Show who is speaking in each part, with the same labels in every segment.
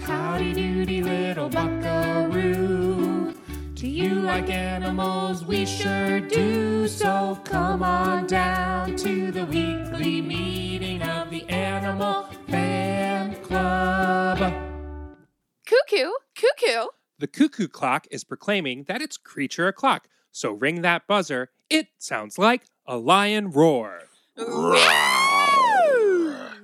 Speaker 1: howdy doody little buckaroo. To you like animals we sure do. So come on down to the weekly meeting of the Animal Fan Club.
Speaker 2: Cuckoo, cuckoo.
Speaker 3: The cuckoo clock is proclaiming that it's creature o'clock, so ring that buzzer. It sounds like a lion roar.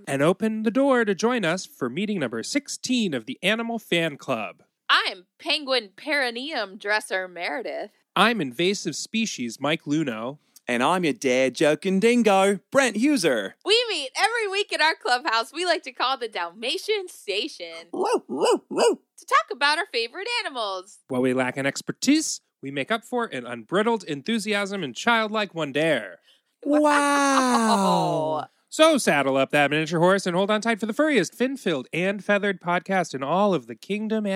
Speaker 3: And open the door to join us for meeting number 16 of the Animal Fan Club.
Speaker 2: I'm penguin perineum dresser Meredith.
Speaker 3: I'm invasive species Mike Luno.
Speaker 4: And I'm your dad joking dingo, Brent Huser.
Speaker 2: We meet every week at our clubhouse. We like to call the Dalmatian Station to talk about our favorite animals.
Speaker 3: While we lack in expertise, we make up for it in unbridled enthusiasm and childlike wonder.
Speaker 4: Wow.
Speaker 3: So saddle up that miniature horse and hold on tight for the furriest, fin-filled, and feathered podcast in all of the kingdom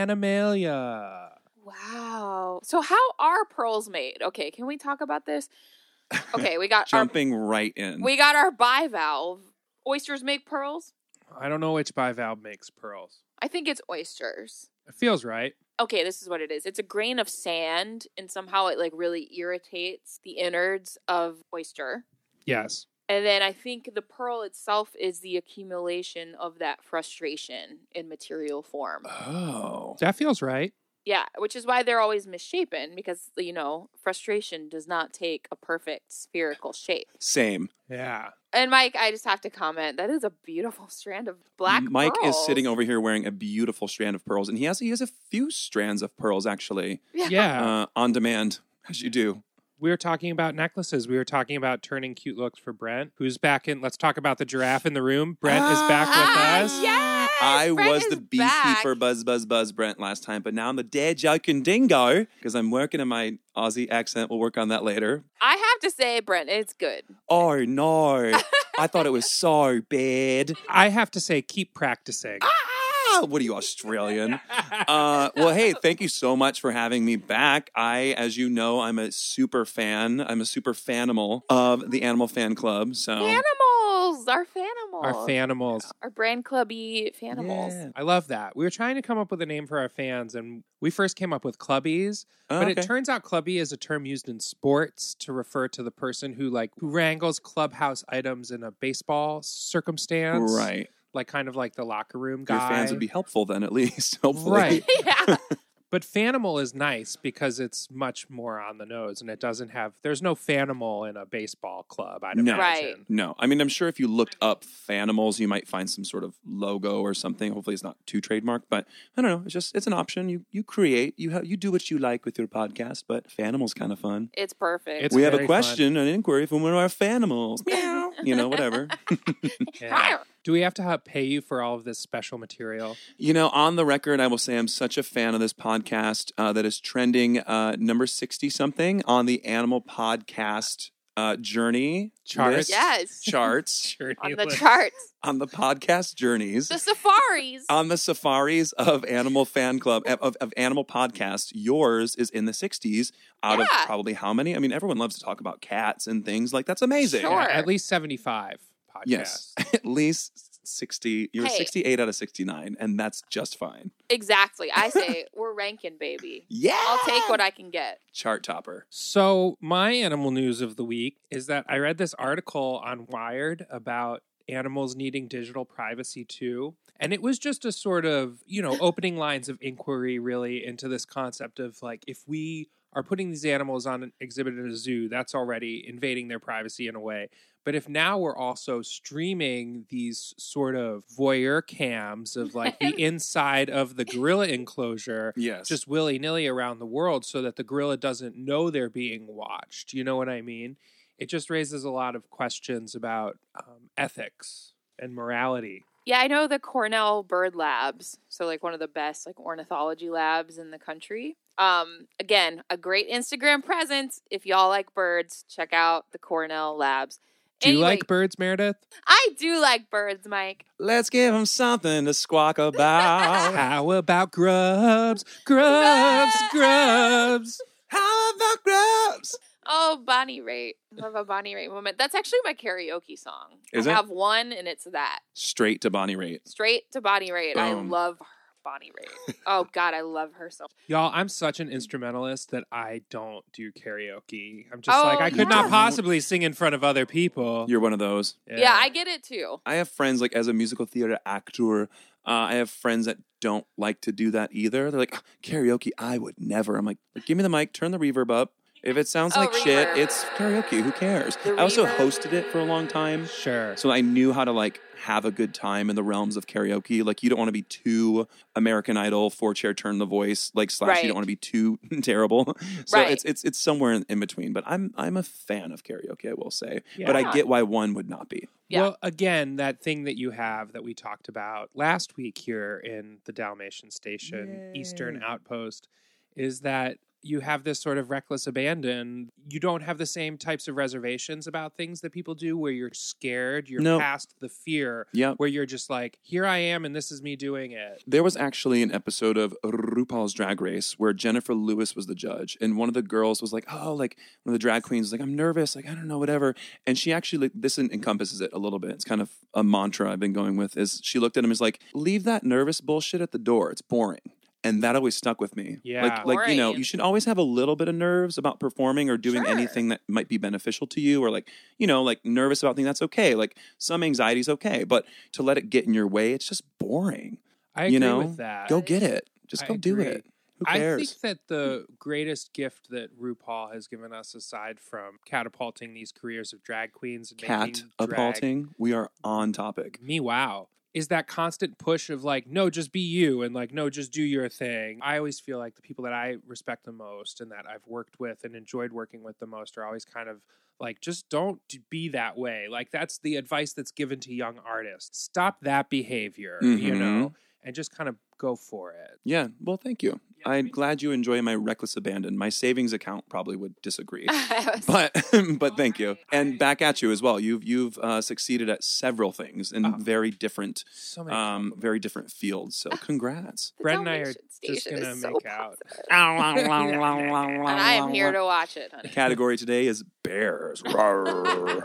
Speaker 3: animalia.
Speaker 2: Wow. So how are pearls made? Okay, can we talk about this? Okay, we got our
Speaker 4: Jumping right in.
Speaker 2: we got our bivalve. Oysters make pearls?
Speaker 3: I don't know which bivalve makes pearls.
Speaker 2: I think it's oysters.
Speaker 3: It feels right.
Speaker 2: okay, this is what it is. It's a grain of sand, and somehow it like really irritates the innards of oyster.
Speaker 3: Yes.
Speaker 2: And then I think the pearl itself is the accumulation of that frustration in material form.
Speaker 4: oh.
Speaker 3: That feels right.
Speaker 2: Yeah, which is why they're always misshapen because you know frustration does not take a perfect spherical shape.
Speaker 4: Same.
Speaker 3: Yeah.
Speaker 2: And Mike, I just have to comment that is a beautiful strand of black.
Speaker 4: Mike is
Speaker 2: pearls.
Speaker 4: sitting over here wearing a beautiful strand of pearls, and he has he has a few strands of pearls actually
Speaker 3: Yeah.
Speaker 4: uh, on demand, as you do.
Speaker 3: we were talking about necklaces. We were talking about turning cute looks for Brent, who's back in. Let's talk about the giraffe in the room. Brent is back
Speaker 2: Ah,
Speaker 3: with us.
Speaker 2: yes,
Speaker 4: I
Speaker 2: Brent
Speaker 4: was
Speaker 2: is
Speaker 4: the
Speaker 2: back.
Speaker 4: beekeeper, buzz buzz buzz Brent last time, but now I'm the dad joking dingo because I'm working on my Aussie accent. We'll work on that later.
Speaker 2: I have to say, Brent, it's good.
Speaker 4: Oh no, I thought it was so bad.
Speaker 3: I have to say, keep practicing.
Speaker 4: Ah, what are you Australian? Uh, well, hey, thank you so much for having me back. I, as you know, I'm a super fan. I'm a super fanimal of the Animal Fan Club. So
Speaker 2: Animals, our fanimals,
Speaker 3: Our fanimals.
Speaker 2: our brand clubby fanimals.
Speaker 4: Yeah.
Speaker 3: I love that. We were trying to come up with a name for our fans, and we first came up with clubbies. But it
Speaker 4: Oh, Okay.
Speaker 3: turns out clubby is a term used in sports to refer to the person who like who wrangles clubhouse items in a baseball circumstance,
Speaker 4: right.
Speaker 3: Like kind of like the locker room guy.
Speaker 4: Your fans would be helpful then, at least. Hopefully,
Speaker 3: Right.
Speaker 2: Yeah.
Speaker 3: But Fanimal is nice because it's much more on the nose and it doesn't have there's no Fanimal in a baseball club, I'd
Speaker 4: No.
Speaker 2: Right.
Speaker 3: imagine.
Speaker 4: No, I mean, I'm sure if you looked up Fanimals, you might find some sort of logo or something. Hopefully, it's not too trademarked, but I don't know. It's just it's an option. You you create, you ha- you do what you like with your podcast, but Fanimals kind of fun.
Speaker 2: it's perfect.
Speaker 3: It's-
Speaker 4: we have
Speaker 3: very
Speaker 4: a question, an inquiry from one of our Fanimals. Meow. you know, whatever.
Speaker 3: Yeah. Do we have to ha- pay you for all of this special material?
Speaker 4: You know, on the record, I will say I'm such a fan of this podcast uh, that is trending uh, number 60 something on the animal podcast uh, journey
Speaker 3: Charts.
Speaker 4: list-
Speaker 2: yes,
Speaker 4: charts
Speaker 3: Sure.
Speaker 2: on the charts,
Speaker 4: on the podcast journeys.
Speaker 2: the safaris.
Speaker 3: Uh,
Speaker 4: On the safaris of Animal Fan Club, eh, of, of Animal Podcast, yours is in the 60s out of
Speaker 2: Yeah.
Speaker 4: probably how many? I mean, everyone loves to talk about cats and things. Like, that's amazing.
Speaker 2: Sure.
Speaker 3: at least 75 podcasts.
Speaker 4: Yes. At least 60. You're
Speaker 2: Hey.
Speaker 4: 68 out of 69, and that's just fine.
Speaker 2: exactly. I say we're ranking, baby.
Speaker 4: Yeah.
Speaker 2: I'll take what I can get.
Speaker 4: Chart topper.
Speaker 3: So, my animal news of the week is that I read this article on Wired about animals needing digital privacy too. And it was just a sort of, you know, opening lines of inquiry really into this concept of like, if we are putting these animals on an exhibit in a zoo, that's already invading their privacy in a way. But if now we're also streaming these sort of voyeur cams of like the inside of the gorilla enclosure,
Speaker 4: Yes.
Speaker 3: just willy nilly around the world so that the gorilla doesn't know they're being watched. You know what I mean? It just raises a lot of questions about um, ethics and morality.
Speaker 2: Yeah, I know the Cornell Bird Labs, so like one of the best like ornithology labs in the country. Um, again, a great Instagram presence. If y'all like birds, check out the Cornell Labs.
Speaker 3: Do you
Speaker 2: Anyway,
Speaker 3: like birds, Meredith?
Speaker 2: I do like birds, Mike.
Speaker 4: Let's give him something to squawk about.
Speaker 3: How about grubs? Grubs, grubs.
Speaker 4: How about grubs?
Speaker 2: Oh, Bonnie Raitt. Love a Bonnie Raitt moment. That's actually my karaoke song.
Speaker 4: Is
Speaker 2: I
Speaker 4: it?
Speaker 2: have one, and it's that.
Speaker 4: Straight to Bonnie Raitt.
Speaker 2: Straight to Bonnie Raitt. I
Speaker 4: Boom.
Speaker 2: love Bonnie Raitt. Oh God, I love her so.
Speaker 3: Y'all, I'm such an instrumentalist that I don't do karaoke. I'm just
Speaker 2: Oh,
Speaker 3: like I could not
Speaker 2: yeah.
Speaker 3: possibly sing in front of other people.
Speaker 4: You're one of those.
Speaker 2: Yeah. I get it too.
Speaker 4: I have friends like as a musical theater actor. Uh, I have friends that don't like to do that either. They're like "Ah, karaoke. I would never. I'm like, give me the mic, turn the reverb up. If it sounds
Speaker 2: Oh,
Speaker 4: like shit,
Speaker 2: reverb.
Speaker 4: it's karaoke. Who cares?
Speaker 2: The
Speaker 4: I also
Speaker 2: reverb.
Speaker 4: hosted it for a long time,
Speaker 3: sure.
Speaker 4: so I knew how to like have a good time in the realms of karaoke. Like, you don't want to be too American Idol, four chair turn the voice, like slash. You
Speaker 2: Right.
Speaker 4: don't want to be too terrible. So
Speaker 2: Right.
Speaker 4: it's it's it's somewhere in, in between. But I'm I'm a fan of karaoke. I will say, but
Speaker 2: Yeah.
Speaker 4: I get why one would not be.
Speaker 2: Yeah.
Speaker 3: Well, again, that thing that you have that we talked about last week here in the Dalmatian Station Eastern Outpost is that you have this sort of reckless abandon. You don't have the same types of reservations about things that people do where you're scared, you're
Speaker 4: No.
Speaker 3: past the fear,
Speaker 4: Yep.
Speaker 3: where you're just like, here I am and this is me doing it.
Speaker 4: There was actually an episode of RuPaul's Drag Race where Jennifer Lewis was the judge, and one of the girls was like, "Oh, like one of the drag queens, was like I'm nervous, like I don't know, whatever." And she actually like, this en- encompasses it a little bit. It's kind of a mantra I've been going with. Is she looked at him as like, "Leave that nervous bullshit at the door. It's boring." And that always stuck with me.
Speaker 3: Yeah.
Speaker 4: like like you know,
Speaker 2: Boring.
Speaker 4: you should always have a little bit of nerves about performing or doing
Speaker 2: Sure.
Speaker 4: anything that might be beneficial to you, or like you know, like nervous about things. That's okay. Like some anxiety's okay, but to let it get in your way, it's just boring
Speaker 3: I agree
Speaker 4: You know,
Speaker 3: with that.
Speaker 4: go get it. Just
Speaker 3: I
Speaker 4: go do
Speaker 3: agree.
Speaker 4: it. Who
Speaker 3: I
Speaker 4: cares? Hmm.
Speaker 3: think that the greatest gift that RuPaul has given us, aside from catapulting these careers of drag queens, and
Speaker 4: Cat
Speaker 3: making drag Mm-hmm.
Speaker 4: appalting. We are on topic.
Speaker 3: me wow is that constant push of like no just be you and like no just do your thing i always feel like the people that i respect the most and that i've worked with and enjoyed working with the most are always kind of like just don't d- be that way like that's the advice that's given to young artists stop that behavior you
Speaker 4: Mhm.
Speaker 3: know and just kind of go for it
Speaker 4: Yeah. Well, thank you. I'm glad you enjoy my reckless abandon. My savings account probably would disagree.
Speaker 2: I was-
Speaker 4: But but thank you, and back at you as well. You've you've uh, succeeded at several things in
Speaker 3: Oh.
Speaker 4: very different,
Speaker 3: so many
Speaker 4: um,
Speaker 3: compliments.
Speaker 4: very different fields. So congrats.
Speaker 2: The
Speaker 3: Brett and I are
Speaker 2: Dalmatian
Speaker 3: just
Speaker 2: Station
Speaker 3: gonna
Speaker 2: is
Speaker 3: make out.
Speaker 2: positive.
Speaker 4: and
Speaker 2: And I am here to watch it, honey.
Speaker 4: Category today is bears. Rawr.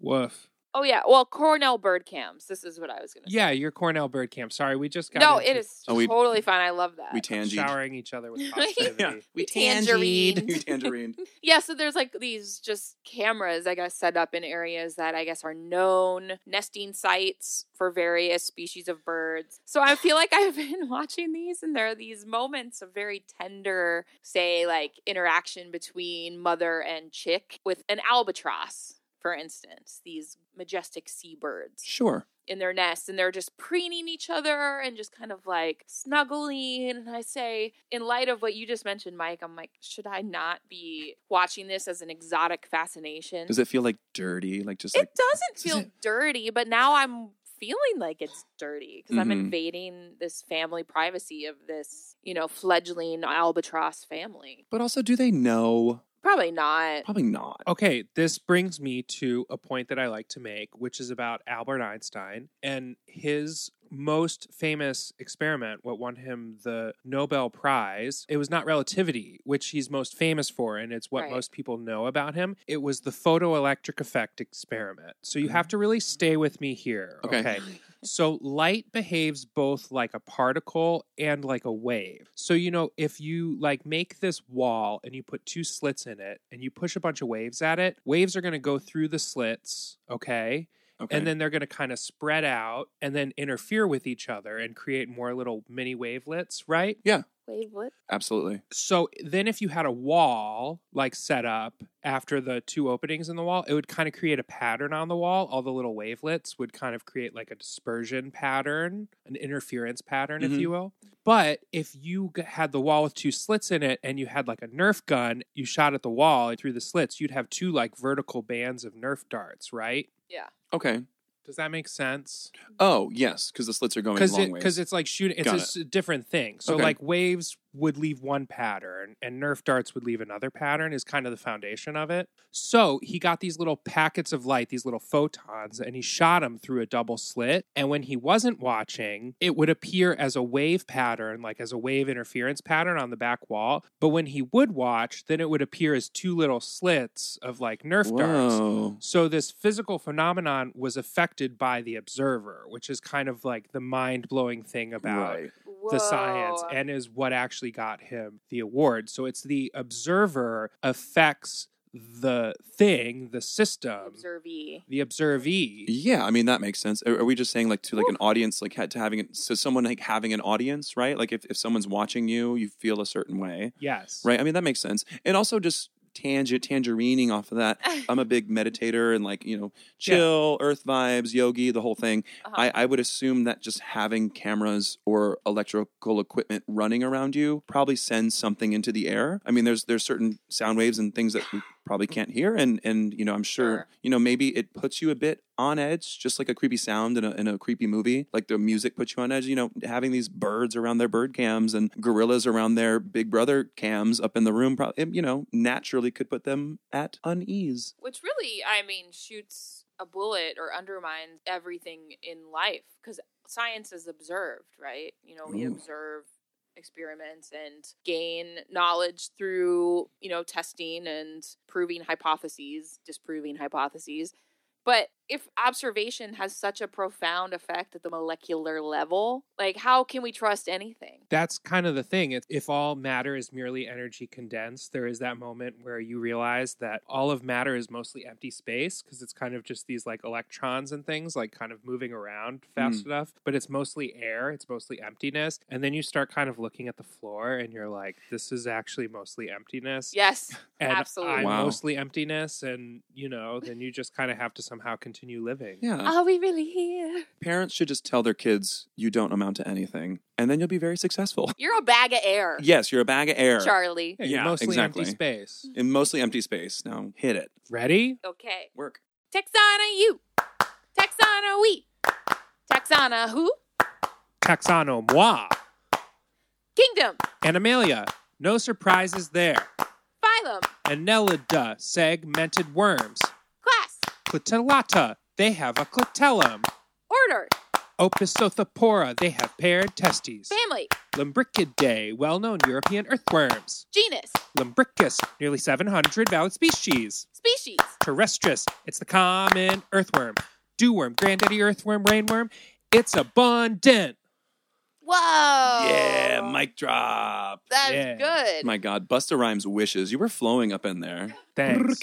Speaker 3: woof
Speaker 2: Oh yeah. Well, Cornell bird cams. This is what I was gonna.
Speaker 3: yeah you're cornell bird camp sorry we just got
Speaker 2: say. No,
Speaker 3: into
Speaker 2: it is
Speaker 4: Oh, we-
Speaker 2: totally fine. I love that.
Speaker 4: we tangied.
Speaker 3: showering each other with
Speaker 2: Yeah.
Speaker 3: positivity
Speaker 2: We tangerine.
Speaker 4: We tangerine.
Speaker 2: Yeah, so there's like these just cameras, I guess, set up in areas that I guess are known nesting sites for various species of birds. So I feel like I've been watching these, and there are these moments of very tender, say, like interaction between mother and chick with an albatross, for instance, these majestic seabirds
Speaker 4: Sure.
Speaker 2: in their nest and they're just preening each other and just kind of like snuggling. And I say, in light of what you just mentioned, Mike, I'm like, should I not be watching this as an exotic fascination?
Speaker 4: Does it feel like dirty? Like just like
Speaker 2: it doesn't
Speaker 4: does
Speaker 2: feel
Speaker 4: it-
Speaker 2: dirty, but now I'm feeling like it's dirty because I'm
Speaker 4: Mhm.
Speaker 2: invading this family privacy of this, you know, fledgling albatross family.
Speaker 4: But also, do they know?
Speaker 2: Probably not.
Speaker 4: Probably not.
Speaker 3: Okay, this brings me to a point that I like to make, which is about Albert Einstein and his most famous experiment, what won him the Nobel Prize. It was not relativity, which he's most famous for, and it's what
Speaker 2: Right.
Speaker 3: most people know about him. It was the photoelectric effect experiment. So you have to really stay with me here.
Speaker 4: Okay.
Speaker 3: So light behaves both like a particle and like a wave. So you know, if you like make this wall and you put two slits in it and you push a bunch of waves at it, waves are going to go through the slits, okay?
Speaker 4: Okay.
Speaker 3: And then they're going to kind of spread out and then interfere with each other and create more little mini wavelets, right?
Speaker 2: Wait, what?
Speaker 4: absolutely.
Speaker 3: So then if you had a wall like set up after the two openings in the wall, it would kind of create a pattern on the wall. All the little wavelets would kind of create like a dispersion pattern, an interference pattern if
Speaker 4: Mhm.
Speaker 3: you will. But if you g- had the wall with two slits in it and you had like a Nerf gun, you shot at the wall and through the slits, you'd have two like vertical bands of Nerf darts, right?
Speaker 4: Okay.
Speaker 3: Does that make sense?
Speaker 4: Oh yes, because the slits are going
Speaker 3: because
Speaker 4: long
Speaker 3: it,
Speaker 4: ways.
Speaker 3: because it's like shooting it's a
Speaker 4: Got
Speaker 3: s- different thing so
Speaker 4: Okay.
Speaker 3: like waves would leave one pattern and nerf darts would leave another pattern is kind of the foundation of it so he got these little packets of light these little photons and he shot them through a double slit and when he wasn't watching it would appear as a wave pattern like as a wave interference pattern on the back wall but when he would watch then it would appear as two little slits of like nerf darts
Speaker 4: Whoa.
Speaker 3: so this physical phenomenon was affected by the observer, which is kind of like the mind blowing thing about
Speaker 4: Right.
Speaker 3: the science
Speaker 2: Whoa.
Speaker 3: and is what actually got him the award. So it's the observer affects the thing, the
Speaker 4: um,
Speaker 3: system,
Speaker 2: Observee.
Speaker 3: the observee.
Speaker 4: Yeah, I mean that makes sense. Are, are we just saying like to like an audience, like had to having it, so someone like having an audience, right? Like if, if someone's watching you, you feel a certain way,
Speaker 3: Yes.
Speaker 4: right? I mean that makes sense. And also just tangent tangerining off of that. I'm a big meditator and like you know chill, earth vibes, yogi, the whole thing.
Speaker 2: Uh-huh.
Speaker 4: I, I would assume that just having cameras or electrical equipment running around you probably sends something into the air. I mean, there's there's certain sound waves and things that we probably can't hear, and and you know, I'm sure,
Speaker 2: Sure.
Speaker 4: you know maybe it puts you a bit on edge, just like a creepy sound in a in a creepy movie, like the music puts you on edge. You know, having these birds around their bird cams and gorillas around their Big Brother cams up in the room, probably you know naturally could put them at unease.
Speaker 2: which really i mean shoots a bullet or undermines everything in life because science is observed right you know we
Speaker 4: Ooh.
Speaker 2: observe experiments and gain knowledge through you know testing and proving hypotheses disproving hypotheses but if observation has such a profound effect at the molecular level like how can we trust anything
Speaker 3: that's kind of the thing. If, if all matter is merely energy condensed, there is that moment where you realize that all of matter is mostly empty space because it's kind of just these like electrons and things like kind of moving around fast
Speaker 4: Mm.
Speaker 3: enough, but it's mostly air, it's mostly emptiness. And then you start kind of looking at the floor and you're like, this is actually mostly emptiness.
Speaker 2: yes
Speaker 3: and
Speaker 2: absolutely.
Speaker 3: I'm
Speaker 4: Wow.
Speaker 3: mostly emptiness. And, you know, then you just kind of have to somehow continue living.
Speaker 4: Yeah,
Speaker 2: are we really here
Speaker 4: parents should just tell their kids you don't amount to anything, and then you'll be very successful.
Speaker 2: you're a bag of air
Speaker 4: Yes, you're a bag of air
Speaker 2: charlie
Speaker 3: you're
Speaker 4: Yeah,
Speaker 3: mostly
Speaker 4: exactly.
Speaker 3: empty space.
Speaker 4: in mostly empty space. Now hit it.
Speaker 3: Ready?
Speaker 2: okay
Speaker 4: Work.
Speaker 2: Texana you. Texana we. Texana who?
Speaker 3: Taxano moi.
Speaker 2: Kingdom.
Speaker 3: And Amalia, no surprises there.
Speaker 2: Phylum.
Speaker 3: Anelida, segmented worms.
Speaker 2: Class.
Speaker 3: Clitellata, they have a clitellum.
Speaker 2: Order.
Speaker 3: Opisothopora, they have paired testes.
Speaker 2: Family.
Speaker 3: Lumbricidae, well known European earthworms.
Speaker 2: Genus.
Speaker 3: Lumbricus, nearly 700 valid species.
Speaker 2: Species.
Speaker 3: Terrestris, it's the common earthworm. Dewworm, granddaddy earthworm, rainworm, it's abundant.
Speaker 2: Whoa.
Speaker 4: Yeah,
Speaker 2: Oh.
Speaker 4: mic drop.
Speaker 2: That's
Speaker 3: Yeah.
Speaker 2: good.
Speaker 4: My God, Busta Rhymes wishes. You were flowing up in there.
Speaker 3: Thanks.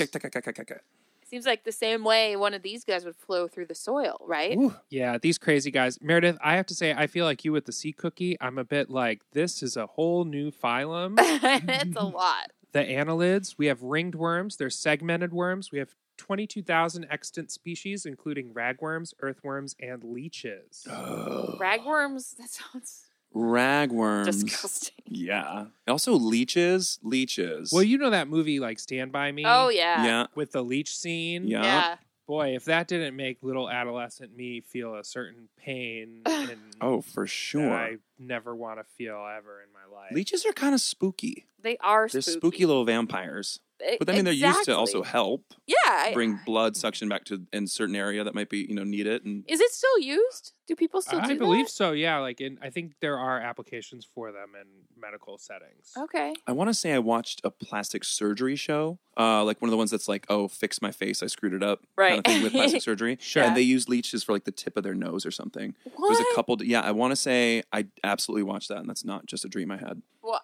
Speaker 2: Seems like the same way one of these guys would flow through the soil, right?
Speaker 3: Ooh, yeah, these crazy guys. Meredith, I have to say, I feel like you with the sea cookie. I'm a bit like, this is a whole new phylum.
Speaker 2: it's a lot.
Speaker 3: the annelids, we have ringed worms, they're segmented worms. We have 22,000 extant species, including ragworms, earthworms, and leeches.
Speaker 2: Ragworms. That sounds
Speaker 4: Ragworms.
Speaker 2: disgusting.
Speaker 4: Yeah. Also leeches. Leeches.
Speaker 3: Well, you know that movie, like Stand By Me?
Speaker 2: Oh yeah.
Speaker 4: yeah.
Speaker 3: With the leech scene?
Speaker 4: Yeah.
Speaker 2: Yeah.
Speaker 3: Boy, if that didn't make little adolescent me feel a certain pain and
Speaker 4: Oh, for
Speaker 3: that
Speaker 4: sure.
Speaker 3: I never want to feel ever in my life.
Speaker 4: Leeches are kind of spooky.
Speaker 2: They are
Speaker 4: They're
Speaker 2: spooky. E-
Speaker 4: spooky little vampires. But I mean, they're used to also
Speaker 2: Exactly.
Speaker 4: help
Speaker 2: Yeah. I-
Speaker 4: bring blood suction back to in certain area that might be you know need it. And
Speaker 2: Is it still used? Do people still do
Speaker 3: I believe so. Yeah, like in, I think there are applications for them in medical settings.
Speaker 2: that? Okay.
Speaker 4: I want to say I watched a plastic surgery show, uh, like one of the ones that's like, oh, fix my face, I screwed it up, kind
Speaker 2: Right.
Speaker 4: of thing with plastic surgery.
Speaker 3: Sure.
Speaker 4: And they use leeches for like the tip of their nose or something.
Speaker 2: What?
Speaker 4: There's a couple. Yeah, I want to say I absolutely watched that, and that's not just a dream I had,
Speaker 2: Well,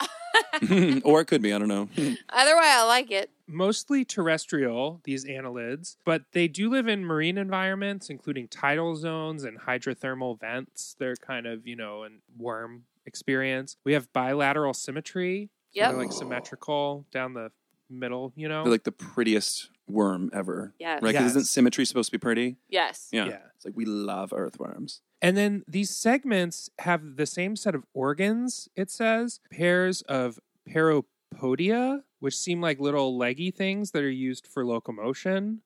Speaker 4: or it could be. I don't know.
Speaker 2: either way, I like it.
Speaker 3: Mostly terrestrial, these annelids, but they do live in marine environments, including tidal zones and hydrothermal vents. They're kind of, you know, and worm experience. We have bilateral symmetry. so
Speaker 2: Yep.
Speaker 3: They're like symmetrical down the middle, you know?
Speaker 4: They're like the prettiest worm ever,
Speaker 2: Yes.
Speaker 4: right? 'Cause
Speaker 3: Yes.
Speaker 4: isn't symmetry supposed to be pretty?
Speaker 2: Yes.
Speaker 4: Yeah.
Speaker 3: Yeah.
Speaker 4: It's like we love earthworms.
Speaker 3: And then these segments have the same set of organs, it says, pairs of paropodia, which seem like little leggy things that are used for locomotion.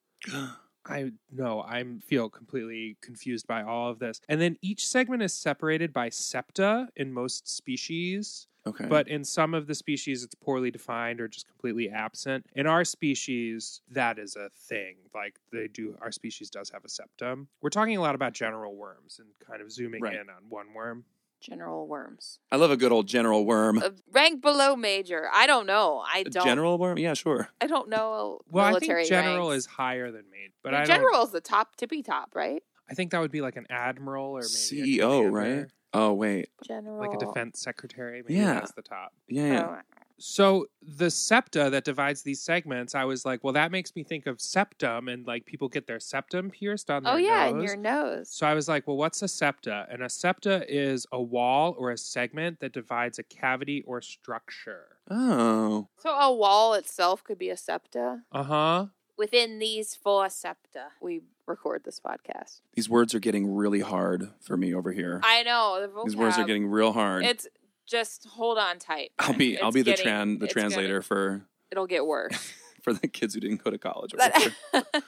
Speaker 3: I no, I feel completely confused by all of this. And then each segment is separated by septa in most species,
Speaker 4: Okay,
Speaker 3: but in some of the species it's poorly defined or just completely absent. In our species, that is a thing. Like they do our species does have a septum. We're talking a lot about general worms and kind of zooming
Speaker 4: Right.
Speaker 3: in on one worm.
Speaker 2: General worms.
Speaker 4: I love a good old general worm.
Speaker 2: Uh, rank below major. I don't know. I don't.
Speaker 4: Uh, general worm? Yeah, sure.
Speaker 2: I don't know.
Speaker 3: Well,
Speaker 2: military
Speaker 3: I think general
Speaker 2: ranks.
Speaker 3: is higher than major, but
Speaker 2: Your
Speaker 3: I don't-
Speaker 2: general is the top tippy top, right?
Speaker 3: I think that would be like an admiral or maybe a
Speaker 4: CEO, right?
Speaker 3: commander.
Speaker 4: Oh wait,
Speaker 2: General.
Speaker 3: like a defense secretary. Maybe
Speaker 4: Yeah.
Speaker 3: that's the top.
Speaker 4: yeah, yeah.
Speaker 2: Oh,
Speaker 3: So the septa that divides these segments, I was like, well, that makes me think of septum, and like people get their septum pierced on their
Speaker 2: oh yeah,
Speaker 3: nose.
Speaker 2: and your nose.
Speaker 3: So I was like, well, what's a septa? And a septa is a wall or a segment that divides a cavity or structure.
Speaker 4: Oh,
Speaker 2: So a wall itself could be a septa.
Speaker 3: Uh huh.
Speaker 2: Within these four septa, we record this podcast.
Speaker 4: these words are getting really hard for me over here.
Speaker 2: I know the vocab.
Speaker 4: these words are getting real hard.
Speaker 2: It's just hold on tight.
Speaker 4: I'll be I'll
Speaker 2: It's
Speaker 4: be the
Speaker 2: getting-
Speaker 4: tran the
Speaker 2: it's gonna-
Speaker 4: translator for
Speaker 2: it'll get worse.
Speaker 4: for the kids who didn't go to college. Or
Speaker 2: But-
Speaker 4: whatever.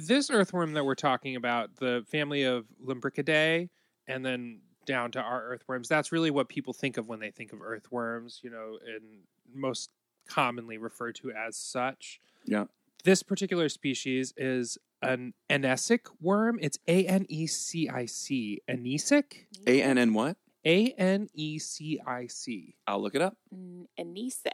Speaker 3: This earthworm that we're talking about, the family of Limbricidae, and then down to our earthworms, that's really what people think of when they think of earthworms, you know, and most commonly referred to as such.
Speaker 4: Yeah.
Speaker 3: This particular species is an anesic worm. It's A N E C I C. Anesic?
Speaker 4: A N N what?
Speaker 3: A N E C I C.
Speaker 4: I'll look it up.
Speaker 2: N- Anesic.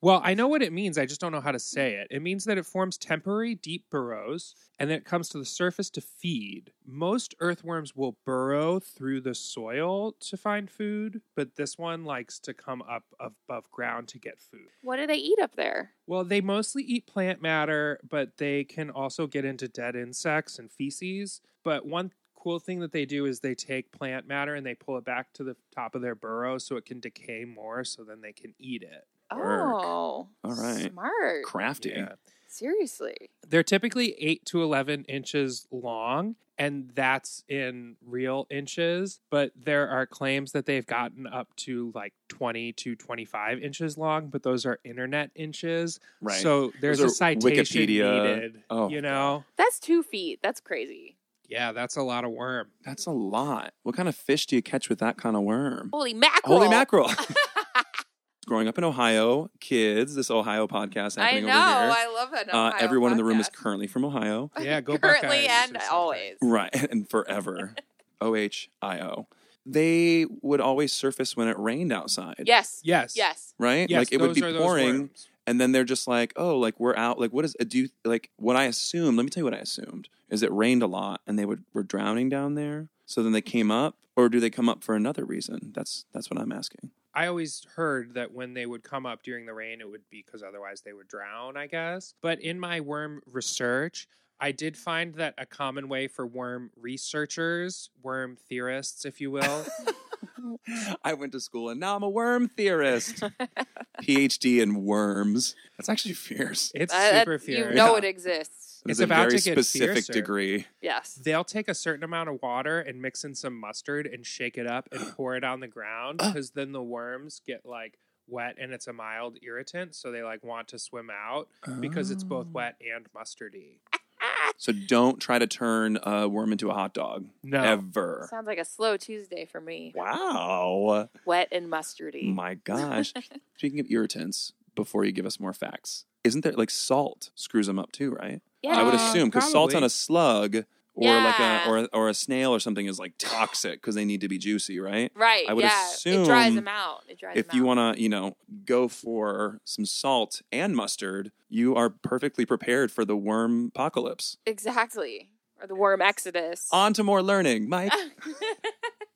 Speaker 3: Well, I know what it means. I just don't know how to say it. It means that it forms temporary deep burrows and then it comes to the surface to feed. Most earthworms will burrow through the soil to find food, but this one likes to come up above ground to get food.
Speaker 2: What do they eat up there?
Speaker 3: Well, they mostly eat plant matter, but they can also get into dead insects and feces. But one cool thing that they do is they take plant matter and they pull it back to the top of their burrow so it can decay more so then they can eat it.
Speaker 4: Work.
Speaker 2: Oh,
Speaker 4: All right.
Speaker 2: smart.
Speaker 4: Crafty.
Speaker 3: Yeah.
Speaker 2: Seriously,
Speaker 3: They're typically 8 to 11 inches long, and that's in real inches, but there are claims that they've gotten up to like 20 to 25 inches long, but those are internet inches.
Speaker 4: Right.
Speaker 3: So there's
Speaker 4: Those
Speaker 3: a
Speaker 4: are
Speaker 3: citation
Speaker 4: Wikipedia-
Speaker 3: needed,
Speaker 4: Oh.
Speaker 3: you know?
Speaker 2: that's two feet. That's crazy.
Speaker 3: Yeah, that's a lot of worm.
Speaker 4: That's a lot. What kind of fish do you catch with that kind of worm?
Speaker 2: Holy mackerel!
Speaker 4: Holy mackerel. Growing up in Ohio, kids, this Ohio podcast
Speaker 2: I
Speaker 4: happening
Speaker 2: know.
Speaker 4: over here.
Speaker 2: I love that.
Speaker 4: uh,
Speaker 2: Ohio
Speaker 4: everyone in the room is
Speaker 2: podcast.
Speaker 4: currently from Ohio.
Speaker 3: Yeah, go
Speaker 2: currently
Speaker 3: Buckeyes
Speaker 2: and
Speaker 3: or something.
Speaker 2: always.
Speaker 4: Right, and forever. O H I O. They would always surface when it rained outside.
Speaker 2: Yes.
Speaker 3: Yes.
Speaker 2: Yes.
Speaker 4: Right?
Speaker 3: Yes,
Speaker 4: like it would
Speaker 3: those
Speaker 4: be
Speaker 3: are those
Speaker 4: pouring
Speaker 3: worms.
Speaker 4: and then they're just like, "Oh, like we're out. Like what is do you like what I assumed, let me tell you what I assumed is it rained a lot and they would were drowning down there. So then they came up or do they come up for another reason? That's that's what I'm asking.
Speaker 3: I always heard that when they would come up during the rain, it would be because otherwise they would drown, I guess. But in my worm research, I did find that a common way for worm researchers, worm theorists, if you will,
Speaker 4: I went to school and now I'm a worm theorist. PhD in worms. That's actually fierce.
Speaker 3: it's
Speaker 2: Uh, that-
Speaker 3: super fierce.
Speaker 2: You know
Speaker 4: Yeah.
Speaker 2: it exists.
Speaker 3: It's
Speaker 4: It's a
Speaker 3: about
Speaker 4: very
Speaker 3: to get
Speaker 4: specific
Speaker 3: fiercer.
Speaker 4: degree.
Speaker 2: Yes.
Speaker 3: They'll take a certain amount of water and mix in some mustard and shake it up and pour it on the ground
Speaker 2: Ah.
Speaker 3: because then the worms get like wet and it's a mild irritant. So they like want to swim out because it's
Speaker 2: Oh.
Speaker 3: both wet and mustardy.
Speaker 2: Ah,
Speaker 4: So don't try to turn a worm into a hot dog
Speaker 3: No.
Speaker 4: ever.
Speaker 2: Sounds like a slow Tuesday for me.
Speaker 4: Wow.
Speaker 2: Wet and mustardy.
Speaker 4: My gosh. Speaking of irritants, before you give us more facts, isn't there like salt screws them up too, right?
Speaker 2: yeah.
Speaker 4: I would
Speaker 3: Uh,
Speaker 4: assume because salt
Speaker 3: probably.
Speaker 4: on a slug or
Speaker 2: Yeah.
Speaker 4: like a or or a snail or something is like toxic because they need to be juicy, right?
Speaker 2: Right.
Speaker 4: I would
Speaker 2: yeah. it dries
Speaker 4: assume
Speaker 2: them out. It dries
Speaker 4: if
Speaker 2: them
Speaker 4: you
Speaker 2: out.
Speaker 4: want to, you know, go for some salt and mustard, you are perfectly prepared for the worm apocalypse.
Speaker 2: Exactly. Or the worm exodus.
Speaker 4: On to more learning, Mike.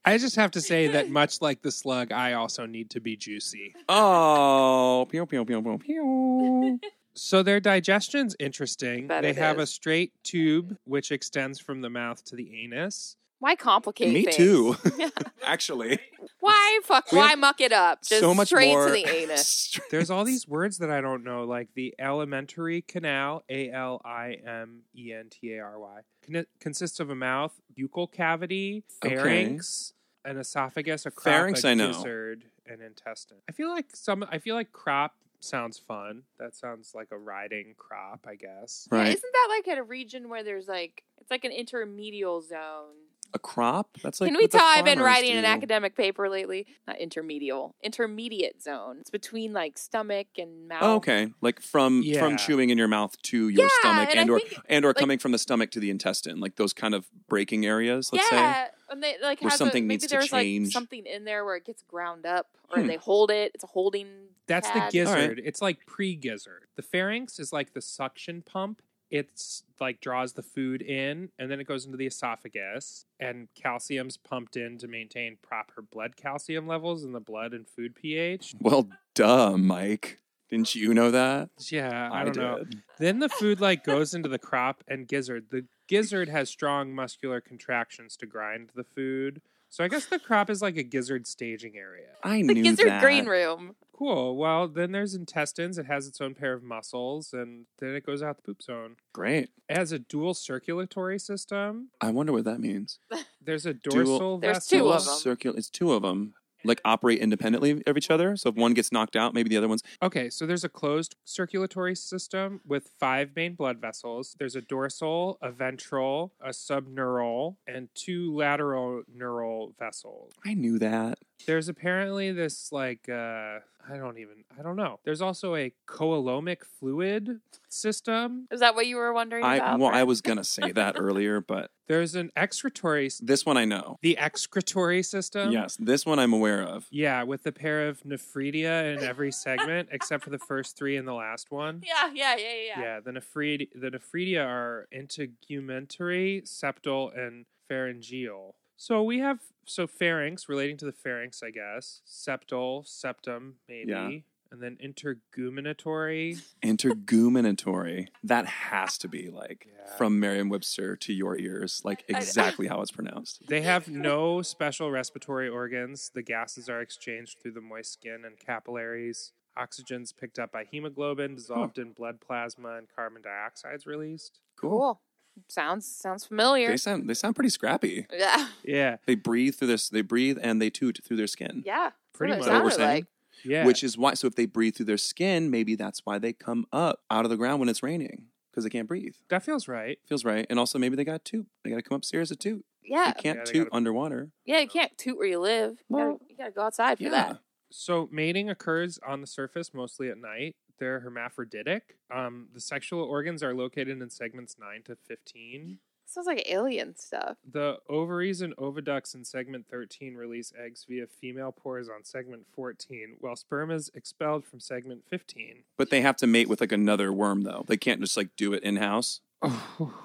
Speaker 3: I just have to say that much like the slug, I also need to be juicy.
Speaker 4: oh, pew pew pew pew pew.
Speaker 3: So their digestion's interesting.
Speaker 2: Bet
Speaker 3: they
Speaker 2: it
Speaker 3: have a
Speaker 2: is.
Speaker 3: straight tube which extends from the mouth to the anus.
Speaker 2: Why complicate
Speaker 4: Me
Speaker 2: things?
Speaker 4: too. Actually,
Speaker 2: Why fuck?
Speaker 4: We have
Speaker 2: Why muck it up? Just
Speaker 4: so much
Speaker 2: straight
Speaker 4: more.
Speaker 2: to the anus.
Speaker 3: There's all these words that I don't know, like the alimentary canal, A L I M E N T A R Y, con- consists of a mouth, buccal cavity,
Speaker 4: Okay.
Speaker 3: pharynx, an esophagus, a crop,
Speaker 4: Pharynx
Speaker 3: a
Speaker 4: I know.
Speaker 3: gizzard, and intestine. I feel like some. I feel like crop sounds fun. That sounds like a riding crop, I guess.
Speaker 2: Yeah,
Speaker 4: right.
Speaker 2: Isn't that like at a region where there's like it's like an intermedial zone?
Speaker 4: a crop. That's like
Speaker 2: Can we
Speaker 4: what the
Speaker 2: tell I've been
Speaker 4: farmers
Speaker 2: writing
Speaker 4: do.
Speaker 2: an academic paper lately? Not intermedial, intermediate zone. It's between like stomach and mouth.
Speaker 4: Oh, okay, like from
Speaker 3: Yeah.
Speaker 4: from chewing in your mouth to your
Speaker 2: Yeah,
Speaker 4: stomach,
Speaker 2: and I
Speaker 4: and or
Speaker 2: think,
Speaker 4: and or
Speaker 2: like-
Speaker 4: coming from the stomach to the intestine, like those kind of breaking areas. Let's say
Speaker 2: yeah, and they like
Speaker 4: where
Speaker 2: have
Speaker 4: something
Speaker 2: a, maybe
Speaker 4: needs to
Speaker 2: there's
Speaker 4: change.
Speaker 2: like something in there where it gets ground up, or
Speaker 4: Hmm.
Speaker 2: they hold it. It's a holding.
Speaker 3: That's
Speaker 2: pad.
Speaker 3: the
Speaker 4: All right.
Speaker 3: gizzard. It's like pre gizzard. The pharynx is like the suction pump, it's like draws the food in and then it goes into the esophagus and calcium's pumped in to maintain proper blood calcium levels in the blood and food pH.
Speaker 4: Well, duh, Mike. Didn't you know that?
Speaker 3: Yeah, I, don't
Speaker 4: did.
Speaker 3: know. Then the food like goes into the crop and gizzard. The gizzard has strong muscular contractions to grind the food. So I guess the crop is like a gizzard staging area.
Speaker 4: I
Speaker 2: The
Speaker 4: knew
Speaker 2: gizzard
Speaker 4: that.
Speaker 2: green room.
Speaker 3: Cool. Well, then there's intestines. It has its own pair of muscles, and then it goes out the poop zone.
Speaker 4: Great.
Speaker 3: It has a dual circulatory system.
Speaker 4: I wonder what that means.
Speaker 3: There's a
Speaker 4: Dual-
Speaker 3: dorsal
Speaker 2: There's
Speaker 3: vessel.
Speaker 2: two of 'em.
Speaker 4: Circul- it's two of them. Like operate independently of each other. So if one gets knocked out, maybe the other one's.
Speaker 3: Okay, so there's a closed circulatory system with five main blood vessels. There's a dorsal, a ventral, a subneural, and two lateral neural vessels.
Speaker 4: I knew that.
Speaker 3: There's apparently this like uh I don't even I don't know. There's also a coelomic fluid system.
Speaker 2: Is that what you were wondering
Speaker 4: I
Speaker 2: about?
Speaker 4: well,
Speaker 2: Brad?
Speaker 4: I was gonna say that earlier, but
Speaker 3: There's an excretory s-
Speaker 4: this one I know.
Speaker 3: the excretory system.
Speaker 4: Yes, this one I'm aware of.
Speaker 3: Yeah, with the pair of nephridia in every segment except for the first 3 and the last one.
Speaker 2: Yeah, yeah, yeah, yeah. yeah.
Speaker 3: Yeah, the nephrid the nephridia are integumentary, septal, and pharyngeal. So we have so pharynx relating to the pharynx, I guess. Septal, septum, maybe,
Speaker 4: Yeah.
Speaker 3: and then intergumentary.
Speaker 4: Intergumentary. That has to be like
Speaker 3: Yeah.
Speaker 4: from Merriam-Webster to your ears, like
Speaker 2: I- I-
Speaker 4: exactly how it's pronounced.
Speaker 3: They have no special respiratory organs. The gases are exchanged through the moist skin and capillaries. Oxygen's picked up by hemoglobin, dissolved in blood plasma, and carbon dioxide's released.
Speaker 2: Cool. Sounds sounds familiar.
Speaker 4: They sound they sound pretty scrappy.
Speaker 2: Yeah,
Speaker 3: Yeah,
Speaker 4: They breathe through this. They breathe and they toot through their skin.
Speaker 2: yeah.
Speaker 3: Pretty
Speaker 2: That's
Speaker 3: much.
Speaker 2: what it
Speaker 4: We're
Speaker 2: sounded
Speaker 4: saying.
Speaker 2: like.
Speaker 3: yeah.
Speaker 4: Which is why. So if they breathe through their skin, maybe that's why they come up out of the ground when it's raining because they can't breathe.
Speaker 3: that feels right.
Speaker 4: Feels right. And also maybe they got toot. They got to come upstairs to toot.
Speaker 2: Yeah,
Speaker 4: You can't
Speaker 3: Yeah, they
Speaker 4: toot
Speaker 3: gotta-
Speaker 4: underwater.
Speaker 2: yeah. You can't toot where you live. You gotta,
Speaker 4: Well,
Speaker 2: you gotta go outside for
Speaker 4: Yeah.
Speaker 2: that.
Speaker 3: So mating occurs on the surface mostly at night. They're hermaphroditic. Um, the sexual organs are located in segments 9 to 15.
Speaker 2: Sounds like alien stuff.
Speaker 3: The ovaries and oviducts in segment 13 release eggs via female pores on segment 14, while sperm is expelled from segment 15.
Speaker 4: But they have to mate with like another worm though. They can't just like do it in house.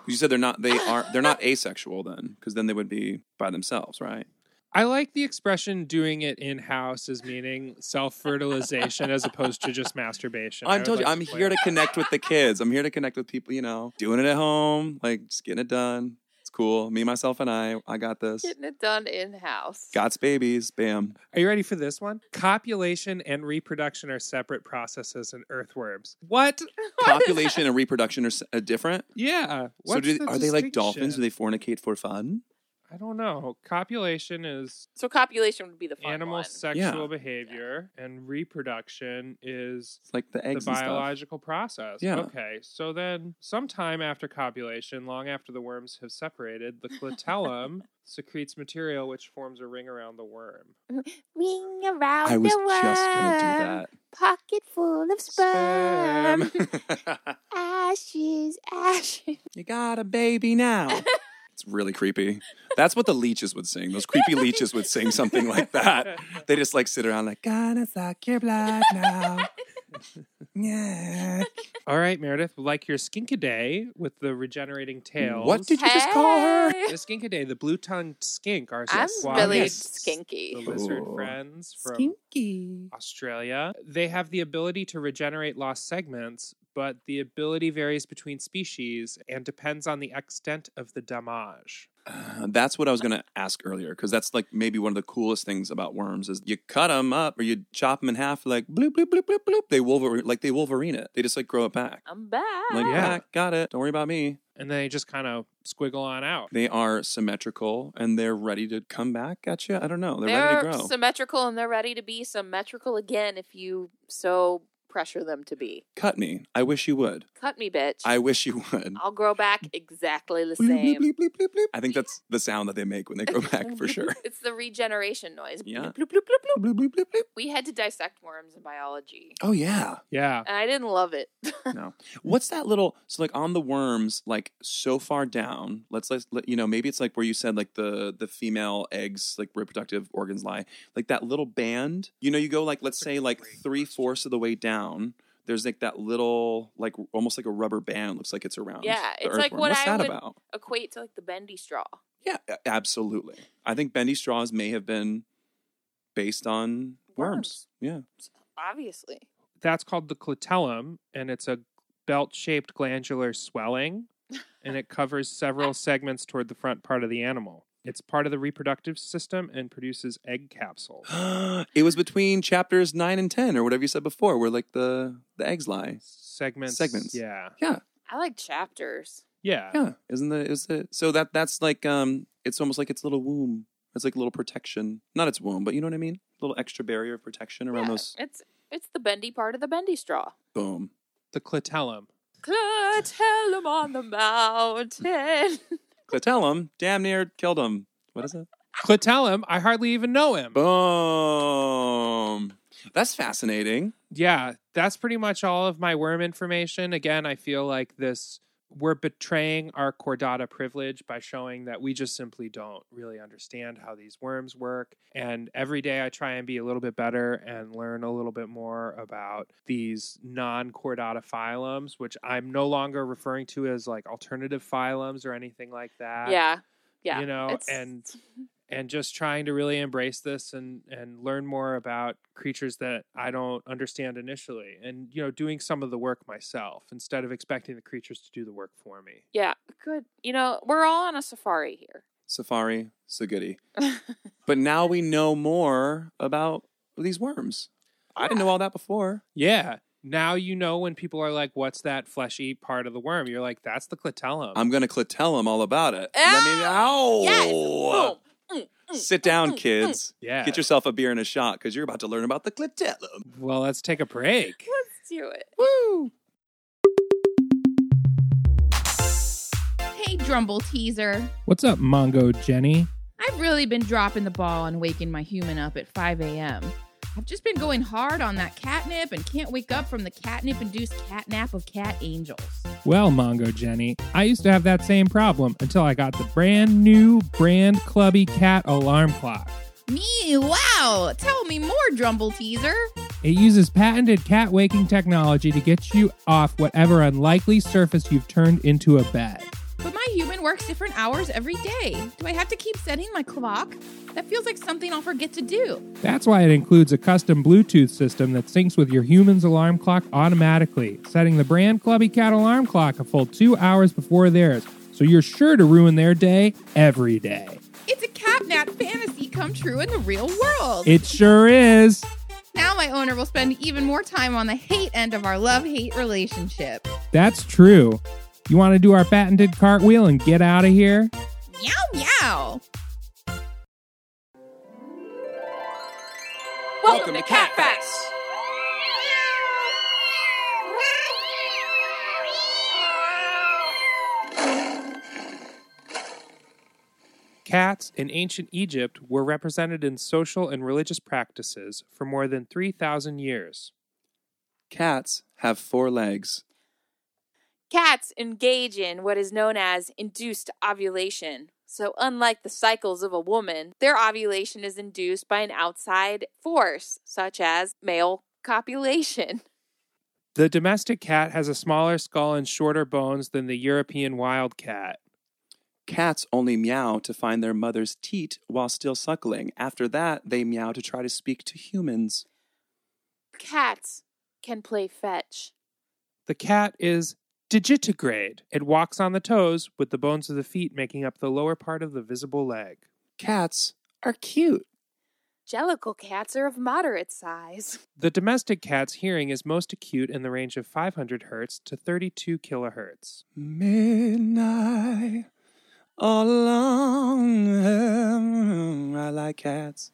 Speaker 4: You said they're not. They are. They're not asexual then, because then they would be by themselves, right?
Speaker 3: I like the expression doing it in house as meaning self fertilization as opposed to just masturbation.
Speaker 4: I
Speaker 3: would
Speaker 4: told you,
Speaker 3: like
Speaker 4: I'm
Speaker 3: play
Speaker 4: here to
Speaker 3: with that.
Speaker 4: connect with the kids. I'm here to connect with people. You know, doing it at home, like just getting it done. It's cool. Me, myself, and I. I got this.
Speaker 2: Getting it done in house.
Speaker 4: God's babies. Bam.
Speaker 3: Are you ready for this one? Copulation and reproduction are separate processes in earthworms. What?
Speaker 4: Population and reproduction are, s- are different.
Speaker 3: Yeah.
Speaker 4: so,
Speaker 3: What's
Speaker 4: do,
Speaker 3: the
Speaker 4: are they like
Speaker 3: distinction?
Speaker 4: dolphins? Do they fornicate for fun?
Speaker 3: I don't know. Copulation is
Speaker 2: So copulation would be the fun
Speaker 3: animal
Speaker 2: one.
Speaker 3: sexual behavior, and reproduction is
Speaker 4: It's like the
Speaker 3: the
Speaker 4: eggs and stuff.
Speaker 3: biological process.
Speaker 4: Yeah.
Speaker 3: Okay. So then, sometime after copulation, long after the worms have separated, the clitellum secretes material which forms a ring around the worm.
Speaker 5: Ring around
Speaker 4: I was
Speaker 5: the worm.
Speaker 4: just gonna
Speaker 5: Pocket full of sperm.
Speaker 4: do that.
Speaker 5: ashes, ashes.
Speaker 4: you got a baby now. It's really creepy. That's what the leeches would sing. Those creepy leeches would sing something like that. They just like sit around like, gonna suck your blood now. yeah.
Speaker 3: All right, Meredith, like your skinkaday with the regenerating tail.
Speaker 4: What did you just call her?
Speaker 2: Hey!
Speaker 3: the skinkaday, the blue tongued skink, are
Speaker 2: I'm
Speaker 3: squabs,
Speaker 2: really
Speaker 4: Yes.
Speaker 3: the
Speaker 2: skinky.
Speaker 3: lizard
Speaker 4: Ooh.
Speaker 3: friends from
Speaker 4: Stinky.
Speaker 3: Australia. They have the ability to regenerate lost segments, but the ability varies between species and depends on the extent of the damage.
Speaker 4: Uh, that's what I was going to ask earlier because that's like maybe one of the coolest things about worms is you cut them up or you chop them in half like bloop bloop bloop bloop bloop. They Wolverine like they Wolverine it. They just like grow it back.
Speaker 2: I'm back.
Speaker 4: Like
Speaker 3: Yeah.
Speaker 4: yeah, got it. Don't worry about me.
Speaker 3: And then they just kind of squiggle on out.
Speaker 4: They are symmetrical and they're ready to come back at you. I don't know. They're,
Speaker 2: they're
Speaker 4: ready to grow.
Speaker 2: symmetrical and they're ready to be symmetrical again if you so pressure them to be.
Speaker 4: Cut me. I wish you would.
Speaker 2: Cut me, bitch.
Speaker 4: I wish you would.
Speaker 2: I'll grow back exactly the
Speaker 4: Bloop, bloop,
Speaker 2: same.
Speaker 4: bloop, bloop, bloop, bloop. I think that's the sound that they make when they grow back for sure.
Speaker 2: It's the regeneration noise.
Speaker 4: Yeah.
Speaker 2: Bloop, bloop, bloop, bloop.
Speaker 4: Bloop, bloop, bloop, bloop.
Speaker 2: We had to dissect worms in biology.
Speaker 4: Oh yeah.
Speaker 3: Yeah.
Speaker 2: And I didn't love it.
Speaker 4: No. What's that little? So like on the worms, like so far down. Let's let's let, you know. Maybe it's like where you said like the the female eggs, like reproductive organs lie. Like that little band. You know, you go like let's say like three fourths of the way down. there's like that little like almost like a rubber band looks like it's around.
Speaker 2: Yeah,
Speaker 4: the
Speaker 2: it's like
Speaker 4: earthworm.
Speaker 2: what
Speaker 4: What's
Speaker 2: I
Speaker 4: that
Speaker 2: would-
Speaker 4: about?
Speaker 2: Equate to like the bendy straw.
Speaker 4: Yeah, a- absolutely. I think bendy straws may have been based on worms. Yeah.
Speaker 2: Obviously.
Speaker 3: That's called the clitellum, and it's a belt shaped glandular swelling, and it covers several segments toward the front part of the animal. It's part of the reproductive system and produces egg capsules.
Speaker 4: it was between chapters nine and ten, or whatever you said before, where like the the eggs lie.
Speaker 3: Segments.
Speaker 4: Segments.
Speaker 3: Yeah.
Speaker 2: I like chapters.
Speaker 3: Yeah.
Speaker 4: Yeah, isn't the is the so that that's like um, it's almost like its little womb. It's like a little protection, not its womb, but you know what I mean. little extra barrier of protection around
Speaker 2: Yeah,
Speaker 4: those.
Speaker 2: It's it's the bendy part of the bendy straw.
Speaker 4: Boom.
Speaker 3: The clitellum.
Speaker 2: Tell him on the mountain.
Speaker 4: Clitellum, damn near killed him. What is it?
Speaker 3: Clitellum, I hardly even know him.
Speaker 4: Boom. That's fascinating.
Speaker 3: yeah, that's pretty much all of my worm information. Again, I feel like this we're betraying our chordata privilege by showing that we just simply don't really understand how these worms work. And every day I try and be a little bit better and learn a little bit more about these non-chordata phylums, which I'm no longer referring to as like alternative phylums or anything like that.
Speaker 2: yeah. Yeah.
Speaker 3: You know,
Speaker 2: it's-
Speaker 3: and and just trying to really embrace this and and learn more about creatures that I don't understand initially and you know doing some of the work myself instead of expecting the creatures to do the work for me.
Speaker 2: yeah, good. You know, we're all on a safari here.
Speaker 4: Safari, so goody. but now we know more about these worms. I didn't know all that before.
Speaker 3: Yeah. Now you know when people are like what's that fleshy part of the worm? You're like that's the clitellum.
Speaker 4: I'm gonna clitellum all about it. Let me
Speaker 2: Ah! Yes.
Speaker 4: ow.
Speaker 2: Boom.
Speaker 4: Oh.
Speaker 2: Mm,
Speaker 4: Sit down, kids.
Speaker 3: yeah.
Speaker 4: Get yourself a beer and a shot because you're about to learn about the clitellum.
Speaker 3: well, let's take a break.
Speaker 2: Let's do it.
Speaker 4: Woo!
Speaker 6: Hey, Drumble Teaser.
Speaker 3: What's up, Mongo Jenny?
Speaker 6: I've really been dropping the ball on waking my human up at 5 a.m. I've just been going hard on that catnip and can't wake up from the catnip induced catnap of cat angels.
Speaker 3: Well, Mongo Jenny, I used to have that same problem until I got the brand new brand clubby cat alarm clock.
Speaker 6: Me, wow! Tell me more, Drumble Teaser.
Speaker 3: It uses patented cat waking technology to get you off whatever unlikely surface you've turned into a bed.
Speaker 6: But my human works different hours every day. Do I have to keep setting my clock? That feels like something I'll forget to do.
Speaker 3: That's why it includes a custom Bluetooth system that syncs with your human's alarm clock automatically, setting the brand Clubby Cat alarm clock a full two hours before theirs, so you're sure to ruin their day every day.
Speaker 6: It's a catnap fantasy come true in the real world.
Speaker 3: It sure is.
Speaker 6: Now my owner will spend even more time on the hate end of our love hate relationship.
Speaker 3: That's true. You want to do our patented cartwheel and get out of here?
Speaker 6: Meow, meow.
Speaker 2: Welcome to Cat Facts.
Speaker 3: Cats in ancient Egypt were represented in social and religious practices for more than 3,000 years.
Speaker 4: Cats have four legs.
Speaker 2: Cats engage in what is known as induced ovulation. So, unlike the cycles of a woman, their ovulation is induced by an outside force, such as male copulation.
Speaker 3: The domestic cat has a smaller skull and shorter bones than the European wild cat.
Speaker 4: Cats only meow to find their mother's teat while still suckling. After that, they meow to try to speak to humans.
Speaker 2: Cats can play fetch.
Speaker 3: The cat is digitigrade. It walks on the toes, with the bones of the feet making up the lower part of the visible leg.
Speaker 4: Cats are cute.
Speaker 2: Jellicle cats are of moderate size.
Speaker 3: The domestic cat's hearing is most acute in the range of 500 hertz to 32 kilohertz.
Speaker 4: Midnight all along. I like cats.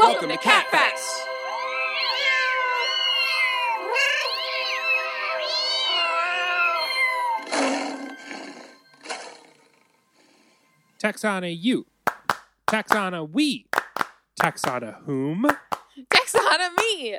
Speaker 2: Welcome to Cat Facts.
Speaker 3: Taxana you. Taxana we. Taxana whom?
Speaker 2: Taxonomy.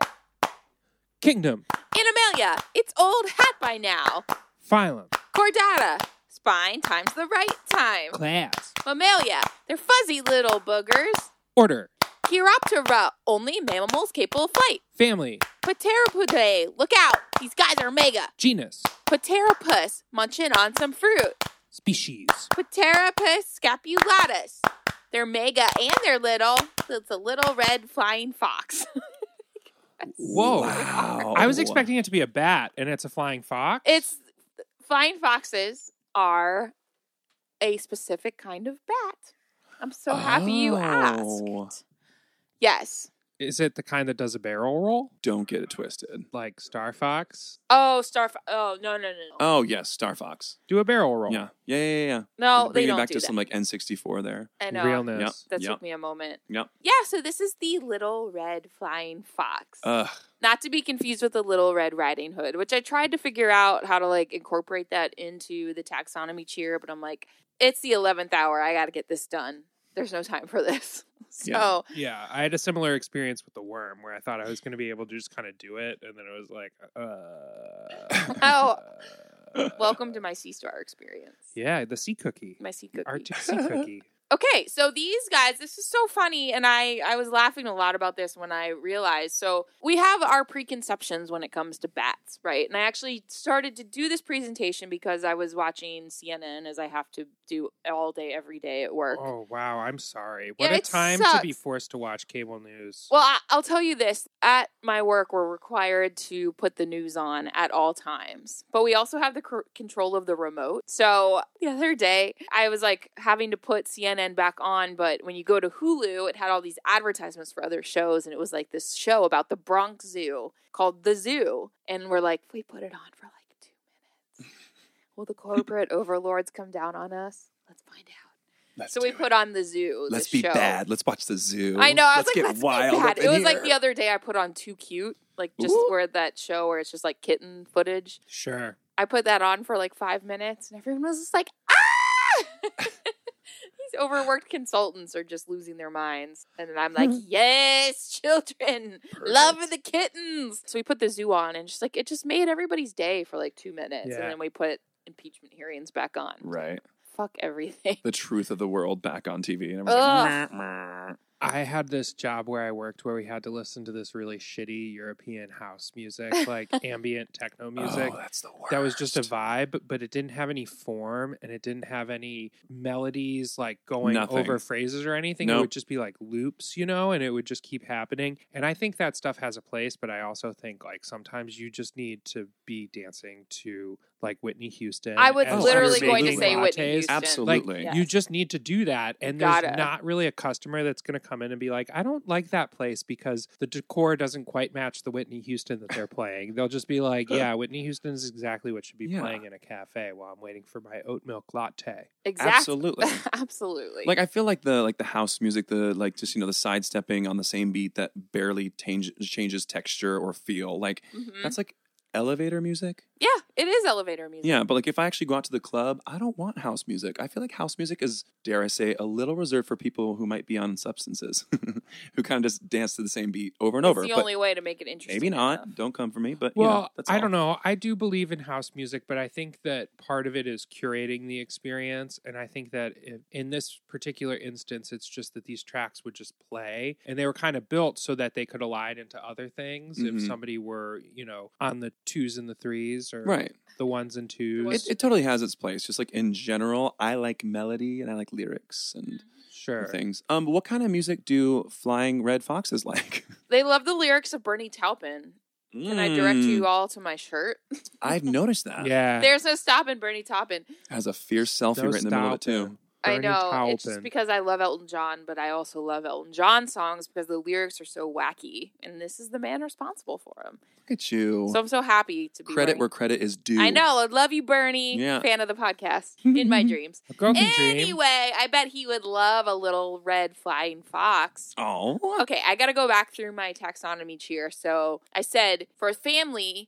Speaker 3: Kingdom.
Speaker 2: Animalia. It's old hat by now.
Speaker 3: Phylum.
Speaker 2: Chordata. Spine times the right time.
Speaker 3: Class.
Speaker 2: Mammalia. They're fuzzy little boogers.
Speaker 3: Order.
Speaker 2: Chiroptera, only mammals capable of flight.
Speaker 3: Family,
Speaker 2: Pteropodae, look out! These guys are mega.
Speaker 3: genus,
Speaker 2: Pteropus, munching on some fruit.
Speaker 3: species,
Speaker 2: Pteropus scapulatus. They're mega and they're little. It's a little red flying fox.
Speaker 3: Whoa.
Speaker 4: Wow.
Speaker 3: I was expecting it to be a bat, and it's a flying fox.
Speaker 2: It's flying foxes are a specific kind of bat. I'm so happy you
Speaker 4: Oh.
Speaker 2: asked. Yes.
Speaker 3: Is it the kind that does a barrel roll,
Speaker 4: Don't get it twisted.
Speaker 3: like Star Fox?
Speaker 2: Oh, star. Fo- oh no no no no.
Speaker 4: Oh yes, Star Fox.
Speaker 3: Do a barrel roll.
Speaker 4: Yeah, yeah, yeah, yeah, yeah.
Speaker 2: no, they
Speaker 4: Bringing
Speaker 2: don't
Speaker 4: it back
Speaker 2: do
Speaker 4: to
Speaker 2: that.
Speaker 4: some like N64 there.
Speaker 2: I know.
Speaker 3: Realness.
Speaker 4: Yep.
Speaker 2: That
Speaker 4: Yep.
Speaker 2: took me a moment.
Speaker 4: Yep.
Speaker 2: Yeah. So this is the little red flying fox.
Speaker 4: Ugh.
Speaker 2: not to be confused with the little red riding hood which i tried to figure out how to like incorporate that into the taxonomy cheer but i'm like it's the 11th hour i gotta get this done there's no time for this so
Speaker 4: Yeah.
Speaker 3: Yeah, I had a similar experience with the worm where I thought I was going to be able to just kind of do it, and then it was like, uh.
Speaker 2: Oh, welcome to my sea star experience
Speaker 3: Yeah, the sea cookie.
Speaker 2: my sea cookie
Speaker 3: Arctic sea cookie.
Speaker 2: okay so these guys this is so funny and i i was laughing a lot about this when i realized so we have our preconceptions when it comes to bats right and i actually started to do this presentation because i was watching cnn as i have to do all day every day at work
Speaker 3: Oh, wow. I'm sorry.
Speaker 2: Yeah,
Speaker 3: What a
Speaker 2: it
Speaker 3: time to be
Speaker 2: sucks.
Speaker 3: forced to watch cable news.
Speaker 2: Well, I, I'll tell you this. At my work, we're required to put the news on at all times, but we also have the cr- control of the remote. So the other day, I was like having to put CNN back on, but when you go to Hulu, it had all these advertisements for other shows, and it was like this show about the Bronx Zoo called The Zoo. And we're like, we put it on for like two minutes. Will the corporate overlords come down on us? Let's find out.
Speaker 4: Let's
Speaker 2: so we
Speaker 4: do it.
Speaker 2: put on The Zoo.
Speaker 4: Let's
Speaker 2: the
Speaker 4: be
Speaker 2: show.
Speaker 4: bad. Let's watch the zoo.
Speaker 2: I know. I was
Speaker 4: let's
Speaker 2: like,
Speaker 4: get
Speaker 2: let's
Speaker 4: wild.
Speaker 2: get
Speaker 4: up
Speaker 2: bad.
Speaker 4: in
Speaker 2: It was like
Speaker 4: here.
Speaker 2: the other day I put on Too Cute, like just
Speaker 4: Ooh.
Speaker 2: where that show where it's just like kitten footage.
Speaker 3: sure.
Speaker 2: I put that on for like five minutes, and everyone was just like, ah! These overworked consultants are just losing their minds. And then I'm like, yes, children, love the kittens. So we put the zoo on, and just like it just made everybody's day for like two minutes.
Speaker 3: Yeah.
Speaker 2: And then we put impeachment hearings back on.
Speaker 4: Right.
Speaker 2: Fuck everything.
Speaker 4: The truth of the world back on TV. And everyone's
Speaker 2: Ugh.
Speaker 4: like, "Meh, meh."
Speaker 3: I had this job where I worked where we had to listen to this really shitty European house music, like ambient techno music.
Speaker 4: Oh, that's the worst.
Speaker 3: that was just a vibe, but it didn't have any form and it didn't have any melodies like going
Speaker 4: Nothing.
Speaker 3: over phrases or anything. It
Speaker 4: Nope.
Speaker 3: would just be like loops, you know, and it would just keep happening. And I think that stuff has a place, but I also think like sometimes you just need to be dancing to like Whitney Houston.
Speaker 2: I
Speaker 4: Oh,
Speaker 2: was
Speaker 3: and
Speaker 2: literally
Speaker 3: Sugar
Speaker 2: going to
Speaker 3: Baby
Speaker 2: say Whitney
Speaker 3: Lattes.
Speaker 2: Houston.
Speaker 3: Like
Speaker 4: Absolutely.
Speaker 2: Yeah.
Speaker 3: you just need to do that, and there's
Speaker 2: Gotta.
Speaker 3: not really a customer that's going to come in and be like, "I don't like that place because the decor doesn't quite match the Whitney Houston that they're playing." They'll just be like, "Yeah, Whitney Houston is exactly what should be
Speaker 4: Yeah.
Speaker 3: playing in a cafe while I'm waiting for my oat milk latte."
Speaker 2: Exactly.
Speaker 4: Absolutely.
Speaker 2: Absolutely.
Speaker 4: Like I feel like the like the house music, the like just you know the sidestepping on the same beat that barely change, changes texture or feel. Like
Speaker 2: Mhm.
Speaker 4: that's like elevator music.
Speaker 2: Yeah, it is elevator music.
Speaker 4: Yeah, but like if I actually go out to the club, I don't want house music. I feel like house music is, dare I say, a little reserved for people who might be on substances, who kind of just dance to the same beat over and
Speaker 2: It's
Speaker 4: over.
Speaker 2: the
Speaker 4: But
Speaker 2: only way to make it interesting.
Speaker 4: maybe not.
Speaker 2: enough.
Speaker 4: Don't come for me. But
Speaker 3: Well,
Speaker 4: you know, that's
Speaker 3: I
Speaker 4: all.
Speaker 3: don't know. I do believe in house music, but I think that part of it is curating the experience. And I think that i- in this particular instance, it's just that these tracks would just play and they were kind of built so that they could align into other things if
Speaker 4: Mhm.
Speaker 3: somebody were, you know, on the twos and the threes or
Speaker 4: Right.
Speaker 3: the ones and twos.
Speaker 4: It, it totally has its place. Just like in general, I like melody and I like lyrics and
Speaker 3: sure.
Speaker 4: things. Um, what kind of music do flying red foxes like?
Speaker 2: They love the lyrics of Bernie Taupin. Can I direct
Speaker 4: Mm.
Speaker 2: you all to my shirt?
Speaker 4: Hmm. I've noticed that.
Speaker 3: Yeah.
Speaker 2: There's no stopping Bernie Taupin.
Speaker 4: Has a fierce selfie
Speaker 3: No
Speaker 4: right in the middle of it
Speaker 3: stopping.
Speaker 4: too.
Speaker 2: I
Speaker 3: Bernie
Speaker 2: know it's just
Speaker 3: Taupin.
Speaker 2: because I love Elton John, but I also love Elton John songs because the lyrics are so wacky, and this is the man responsible for them.
Speaker 4: Look at you.
Speaker 2: So I'm so happy to be
Speaker 4: credit
Speaker 2: Bernie.
Speaker 4: where credit is due.
Speaker 2: I know. I love you, Bernie.
Speaker 4: Yeah.
Speaker 2: Fan of the podcast. In my dreams.
Speaker 3: A girl can dream.
Speaker 2: Anyway, I bet he would love a little red flying fox.
Speaker 4: Oh.
Speaker 2: Okay, I got to go back through my taxonomy cheer. So I said for family,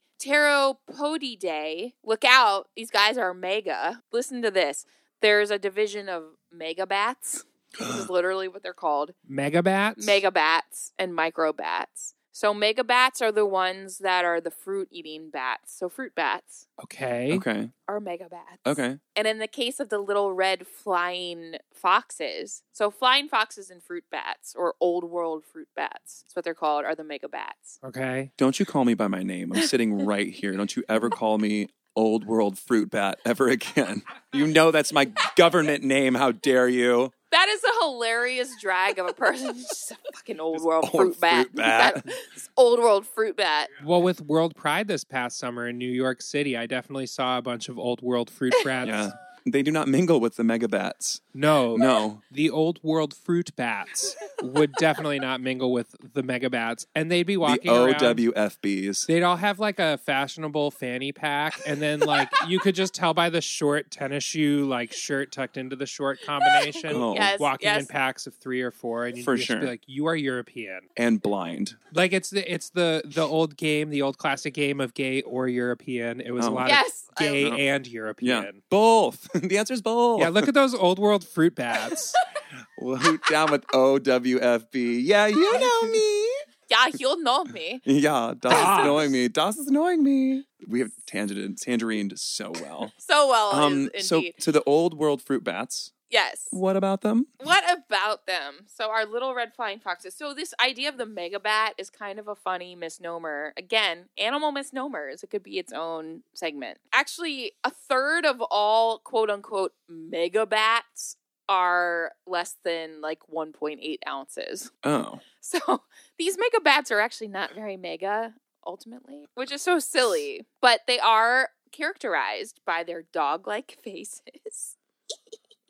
Speaker 2: Pteropodidae, look out. These guys are mega. Listen to this. There's a division of mega bats. This is literally what they're called
Speaker 3: Megabats.
Speaker 2: mega bats and micro bats. So mega bats are the ones that are the fruit eating bats. So fruit bats
Speaker 3: Okay.
Speaker 4: Okay.
Speaker 2: are mega bats.
Speaker 4: Okay.
Speaker 2: And in the case of the little red flying foxes, so flying foxes and fruit bats or old world fruit bats, that's what they're called, are the mega bats.
Speaker 3: Okay.
Speaker 4: Don't you call me by my name. I'm sitting right here. Don't you ever call me old world fruit bat ever again. You know that's my government name. How dare you?
Speaker 2: That is a hilarious drag of a person. She's just a fucking old world
Speaker 4: old
Speaker 2: fruit bat.
Speaker 4: fruit bat.
Speaker 2: That- this old world fruit bat.
Speaker 3: Well, with World Pride this past summer in New York City, I definitely saw a bunch of old world fruit bats.
Speaker 4: Yeah. They do not mingle with the mega bats.
Speaker 3: No,
Speaker 4: No.
Speaker 3: the old world fruit bats would definitely not mingle with the mega bats, and they'd be
Speaker 4: The
Speaker 3: walking around.
Speaker 4: OWFBs.
Speaker 3: They'd all have like a fashionable fanny pack, and then like you could just tell by the short tennis shoe, like shirt tucked into the short combination,
Speaker 4: Oh.
Speaker 2: Yes,
Speaker 3: walking
Speaker 2: yes.
Speaker 3: in packs of three or four, and you'd
Speaker 4: For
Speaker 3: just
Speaker 4: sure.
Speaker 3: be like, "You are European."
Speaker 4: And blind.
Speaker 3: Like it's the it's the the old game, the old classic game of gay or European. It was a
Speaker 4: Oh.
Speaker 3: lot
Speaker 2: Yes.
Speaker 3: of
Speaker 2: I-
Speaker 3: gay
Speaker 4: Oh.
Speaker 3: and
Speaker 4: Yeah.
Speaker 3: European.
Speaker 4: Both. the answer is
Speaker 2: Oh.
Speaker 4: both.
Speaker 3: Yeah, look at those old world fruit bats.
Speaker 4: Woot down with OWFB. Yeah, you know me.
Speaker 2: yeah, you'll know me.
Speaker 4: Yeah, Das
Speaker 3: Das.
Speaker 4: is knowing me. Das is knowing me. We have tangented, tangerined so well.
Speaker 2: So well,
Speaker 4: Um,
Speaker 2: is,
Speaker 4: so
Speaker 2: indeed.
Speaker 4: to the old world fruit bats,
Speaker 2: yes.
Speaker 4: what about them?
Speaker 2: What about them? So our little red flying foxes. So this idea of the megabat is kind of a funny misnomer. Again, animal misnomers. It could be its own segment. Actually, a third of all quote unquote megabats are less than like 1.8 ounces.
Speaker 4: Oh,
Speaker 2: So these megabats are actually not very mega ultimately, which is so silly. But they are characterized by their dog-like faces.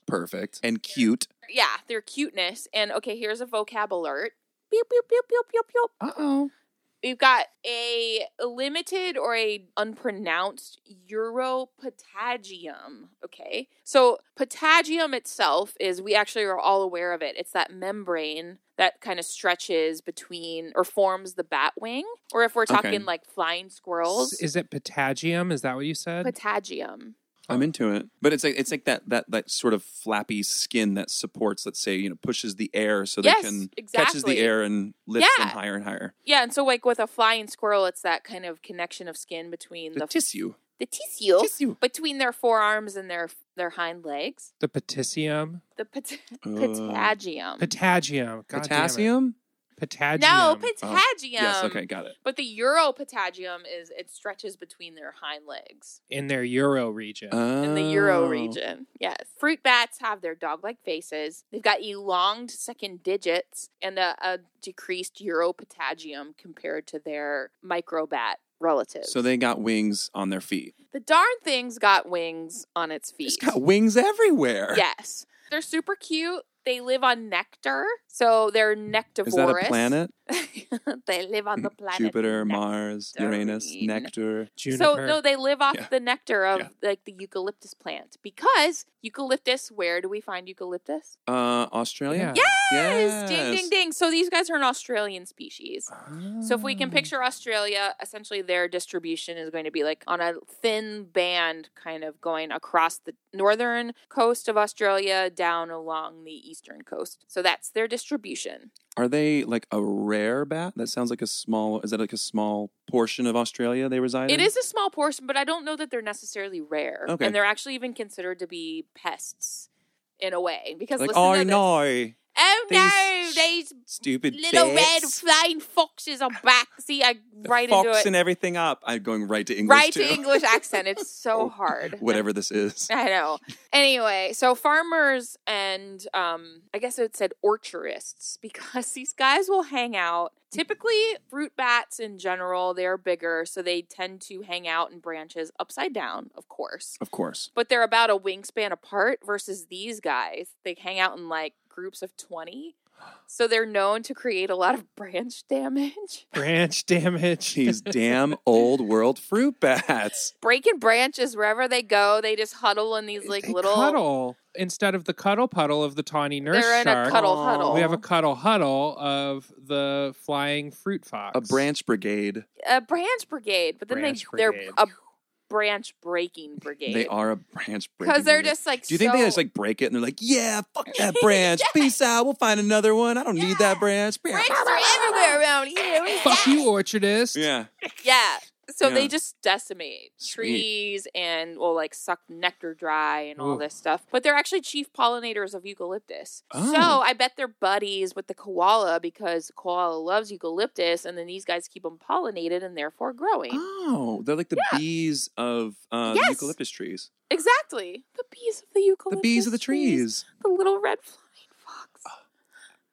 Speaker 4: perfect and cute.
Speaker 2: yeah, their cuteness. And okay, here's a vocab alert. Beep, beep, beep, beep, beep, beep.
Speaker 4: Uh oh.
Speaker 2: We've got a limited or a unpronounced uropatagium. Okay. So patagium itself is we actually are all aware of it. It's that membrane that kind of stretches between or forms the bat wing. Or if we're
Speaker 4: Okay.
Speaker 2: talking like flying squirrels,
Speaker 3: Is it patagium? Is that what you said?
Speaker 2: patagium.
Speaker 4: I'm into it, but it's like it's like that that that sort of flappy skin that supports, let's say, you know, pushes the air so
Speaker 2: Yes,
Speaker 4: they can catches
Speaker 2: exactly.
Speaker 4: the air and lifts them
Speaker 2: Yeah.
Speaker 4: higher and higher.
Speaker 2: Yeah, and so like with a flying squirrel, it's that kind of connection of skin between
Speaker 4: The,
Speaker 2: the Oh,
Speaker 4: tissue,
Speaker 2: the tissue
Speaker 4: tissue.
Speaker 2: between their forearms and their their hind legs.
Speaker 3: the patisium?
Speaker 2: The pat-
Speaker 4: Uh,
Speaker 2: patagium.
Speaker 3: Patagium. God damn it.
Speaker 4: potassium.
Speaker 3: Patagium.
Speaker 2: Um, no, patagium.
Speaker 4: Oh, yes. Okay, got it.
Speaker 2: But the uropatagium is it stretches between their hind legs
Speaker 3: in their Euro region.
Speaker 2: in the euro
Speaker 4: Oh.
Speaker 2: region. Yes. Fruit bats have their dog-like faces. They've got elonged second digits and a, a decreased uropatagium compared to their microbat relatives.
Speaker 4: So they got wings on their feet.
Speaker 2: the darn thing's got wings on its feet.
Speaker 4: It's got wings everywhere.
Speaker 2: Yes. They're super cute. They live on nectar. So they're
Speaker 4: Is
Speaker 2: nectivorous.
Speaker 4: that a planet?
Speaker 2: they live on the planet.
Speaker 4: Jupiter, Mars, Uranus,
Speaker 2: Nectarine.
Speaker 4: Nectar.
Speaker 3: Juniper.
Speaker 2: So no, they live off
Speaker 4: Yeah.
Speaker 2: the nectar of
Speaker 4: Yeah.
Speaker 2: like the eucalyptus plant. Because eucalyptus, where do we find eucalyptus?
Speaker 4: Uh, Australia.
Speaker 3: Oh, Yeah.
Speaker 2: Yes. Ding ding ding. So these guys are an Australian species. So if we
Speaker 3: Ah.
Speaker 4: Mm.
Speaker 2: can picture Australia, essentially their distribution is going to be like on a thin band kind of going across the northern coast of Australia down along the eastern coast. So that's their distribution.
Speaker 4: Are they like a rare bat? That sounds like a small. Is that like a small portion of Australia they reside in?
Speaker 2: It is a small portion, but I don't know that they're necessarily rare.
Speaker 4: Okay.
Speaker 2: And they're actually even considered to be pests in a way because
Speaker 4: Like,
Speaker 2: listen
Speaker 4: oh
Speaker 2: to this.
Speaker 4: no,
Speaker 2: Oh no,
Speaker 4: These
Speaker 2: these
Speaker 4: stupid
Speaker 2: little red
Speaker 4: bats.
Speaker 2: flying foxes are back. See, I
Speaker 4: The
Speaker 2: right
Speaker 4: fox
Speaker 2: into it.
Speaker 4: and everything up. I'm going right to English
Speaker 2: right
Speaker 4: too. Oh,
Speaker 2: to English accent. It's so hard.
Speaker 4: Whatever this is.
Speaker 2: I know. Anyway, so farmers and um, I guess it said orcharists because these guys will hang out. Typically, fruit bats in general, they're bigger, so they tend to hang out in branches upside down, of course.
Speaker 4: Of course.
Speaker 2: But they're about a wingspan apart versus these guys. They hang out in like groups of 20. So they're known to create a lot of branch damage.
Speaker 3: branch damage.
Speaker 4: These damn old world fruit bats.
Speaker 2: Breaking branches wherever they go, they just huddle in these like
Speaker 3: They
Speaker 2: little
Speaker 3: cuddle instead of the cuddle puddle of the tawny nurse
Speaker 2: They're in a
Speaker 3: shark.
Speaker 2: cuddle
Speaker 4: Aw.
Speaker 2: huddle.
Speaker 3: We have a cuddle huddle of the flying fruit fox.
Speaker 4: A branch brigade.
Speaker 2: a branch brigade, but then
Speaker 3: Branch
Speaker 2: they they're
Speaker 3: brigade.
Speaker 2: a branch breaking brigade.
Speaker 4: They are a branch breaking.
Speaker 2: because they're
Speaker 4: unit.
Speaker 2: just like.
Speaker 4: Do you think they
Speaker 2: so-
Speaker 4: just like break it and they're like, yeah, fuck that branch. Peace out. We'll find another one. I don't need that branch.
Speaker 2: Branches are everywhere around here. We
Speaker 3: Fuck you, orchardist.
Speaker 4: Yeah.
Speaker 2: Yeah. So
Speaker 4: Yeah.
Speaker 2: they just decimate
Speaker 4: Sweet.
Speaker 2: trees and will like suck nectar dry and all
Speaker 3: Ooh.
Speaker 2: this stuff. But they're actually chief pollinators of eucalyptus.
Speaker 4: Oh.
Speaker 2: So I bet they're buddies with the koala because the koala loves eucalyptus and then these guys keep them pollinated and therefore growing.
Speaker 4: Oh, they're like the bees of uh,
Speaker 2: Yes. Oh,
Speaker 4: eucalyptus trees.
Speaker 2: Exactly. The bees of the eucalyptus.
Speaker 4: The bees of the trees.
Speaker 2: The little red flying fox.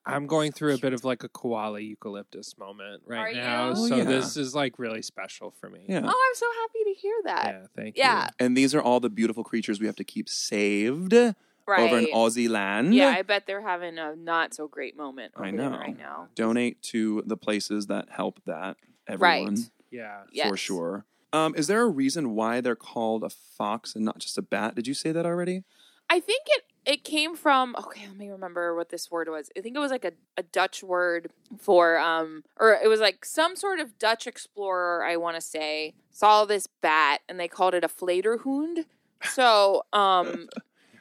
Speaker 3: I'm going through a bit of like a koala eucalyptus moment right
Speaker 2: Are
Speaker 3: now.
Speaker 2: you?
Speaker 4: Well,
Speaker 3: So
Speaker 4: Oh, yeah.
Speaker 3: this is like really special for me.
Speaker 4: Yeah.
Speaker 2: Oh, I'm so happy to hear that.
Speaker 3: Yeah, thank
Speaker 2: Uh, Yeah,
Speaker 3: you.
Speaker 4: And these are all the beautiful creatures we have to keep saved
Speaker 2: Right.
Speaker 4: over in Aussie land.
Speaker 2: yeah, I bet they're having a not so great moment
Speaker 4: I
Speaker 2: over there
Speaker 4: know.
Speaker 2: right now.
Speaker 4: Donate to the places that help that. Everyone,
Speaker 2: Right.
Speaker 3: Yeah.
Speaker 2: Yes.
Speaker 4: for sure. Um, is there a reason why they're called a fox and not just a bat? Did you say that already?
Speaker 2: I think it it came from okay, let me remember what this word was. I think it was like a, a Dutch word for um or it was like some sort of Dutch explorer, I wanna say, saw this bat and they called it a fladerhund. So um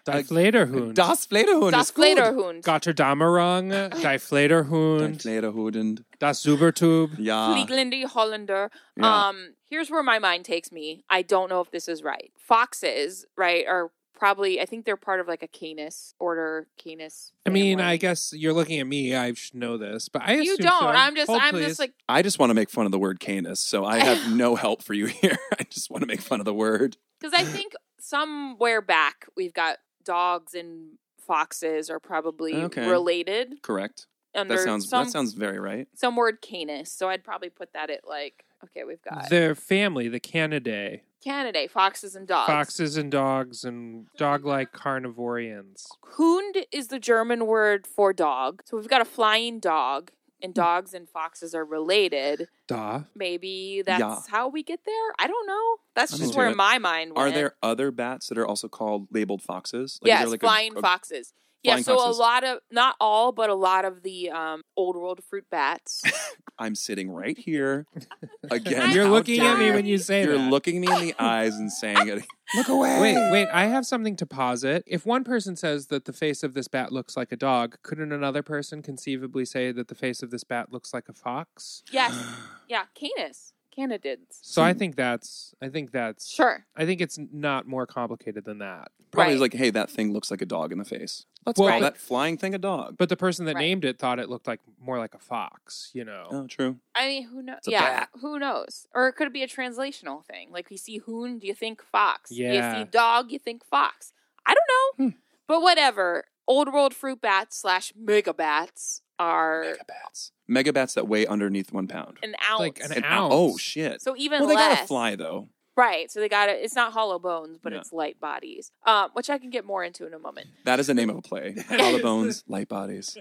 Speaker 3: Die Flederhund.
Speaker 4: Das Flederhund
Speaker 2: Das
Speaker 4: is gut.
Speaker 2: Fladerhund.
Speaker 3: Gotterdammerung, Die
Speaker 4: Dein
Speaker 3: Flederhund,
Speaker 4: Flederhund.
Speaker 3: Das Zubertube.
Speaker 4: Ja.
Speaker 2: Flieglindy Hollander.
Speaker 4: ja.
Speaker 2: Um, here's where my mind takes me. I don't know if this is right. Foxes, right, are probably I think they're part of like a canis order, canis.
Speaker 3: I mean,
Speaker 2: family.
Speaker 3: I guess you're looking at me. I should know this, but I
Speaker 2: you
Speaker 3: assume
Speaker 2: don't.
Speaker 3: so.
Speaker 2: I'm just
Speaker 3: Hold,
Speaker 2: I'm
Speaker 3: please.
Speaker 2: just like
Speaker 4: I just want to make fun of the word canis, so I have no help for you here. I just want to make fun of the word.
Speaker 2: Because I think somewhere back we've got dogs and foxes are probably
Speaker 4: Okay.
Speaker 2: related
Speaker 4: Correct.
Speaker 2: under
Speaker 4: That sounds
Speaker 2: some
Speaker 4: that sounds very right.
Speaker 2: some word canis. So I'd probably put that at like okay, we've got
Speaker 3: their family, the Canidae,
Speaker 2: Canada foxes and dogs.
Speaker 3: foxes and dogs and dog-like carnivorians.
Speaker 2: Hund is the German word for dog. So we've got a flying dog, and
Speaker 4: Hmm.
Speaker 2: dogs and foxes are related.
Speaker 3: Da.
Speaker 2: Maybe that's how we get there. I don't know. That's
Speaker 4: I'm
Speaker 2: just
Speaker 4: into
Speaker 2: where
Speaker 4: it.
Speaker 2: my mind
Speaker 4: Are
Speaker 2: went.
Speaker 4: there other bats that are also called labeled foxes? is
Speaker 2: yes,
Speaker 4: there like a-
Speaker 2: flying
Speaker 4: a-
Speaker 2: foxes. Yeah,
Speaker 4: flying
Speaker 2: so
Speaker 4: foxes.
Speaker 2: a lot of not all, but a lot of the um, old world fruit bats
Speaker 4: I'm sitting right here again.
Speaker 2: And
Speaker 3: you're
Speaker 2: how
Speaker 3: looking at me
Speaker 2: dare
Speaker 3: when you say
Speaker 4: You're
Speaker 3: that.
Speaker 4: looking me in the eyes and saying it. Look away.
Speaker 3: Wait, wait, I have something to posit. If one person says that the face of this bat looks like a dog, couldn't another person conceivably say that the face of this bat looks like a fox?
Speaker 2: Yes. Yeah. Canis. Canidids.
Speaker 3: So I think that's I think that's
Speaker 2: Hmm. Sure.
Speaker 3: I think it's not more complicated than that.
Speaker 4: Probably
Speaker 2: Right.
Speaker 4: like, hey, that thing looks like a dog in the face. Let's
Speaker 3: Well-
Speaker 4: call that flying thing a dog.
Speaker 3: But the person that
Speaker 2: Right.
Speaker 3: named it thought it looked like more like a fox, you know.
Speaker 4: Oh, true.
Speaker 2: I mean, who knows?
Speaker 4: a
Speaker 2: Yeah.
Speaker 4: bat.
Speaker 2: Who knows? Or it could be a translational thing. Like you see hoon, do you think fox?
Speaker 3: Yeah.
Speaker 2: You see dog, you think fox. I don't know. But whatever. Old world fruit bats slash mega bats are
Speaker 4: Megabats. Megabats that weigh underneath one pound.
Speaker 2: an ounce.
Speaker 3: Like an
Speaker 4: An ow-
Speaker 3: ounce.
Speaker 4: Oh shit.
Speaker 2: so even
Speaker 4: well, they
Speaker 2: less.
Speaker 4: gotta fly though.
Speaker 2: Right. So they got it. It's not hollow bones, but
Speaker 4: No.
Speaker 2: it's light bodies, um, which I can get more into in a moment.
Speaker 4: That is the name of a play. Hollow bones, light bodies,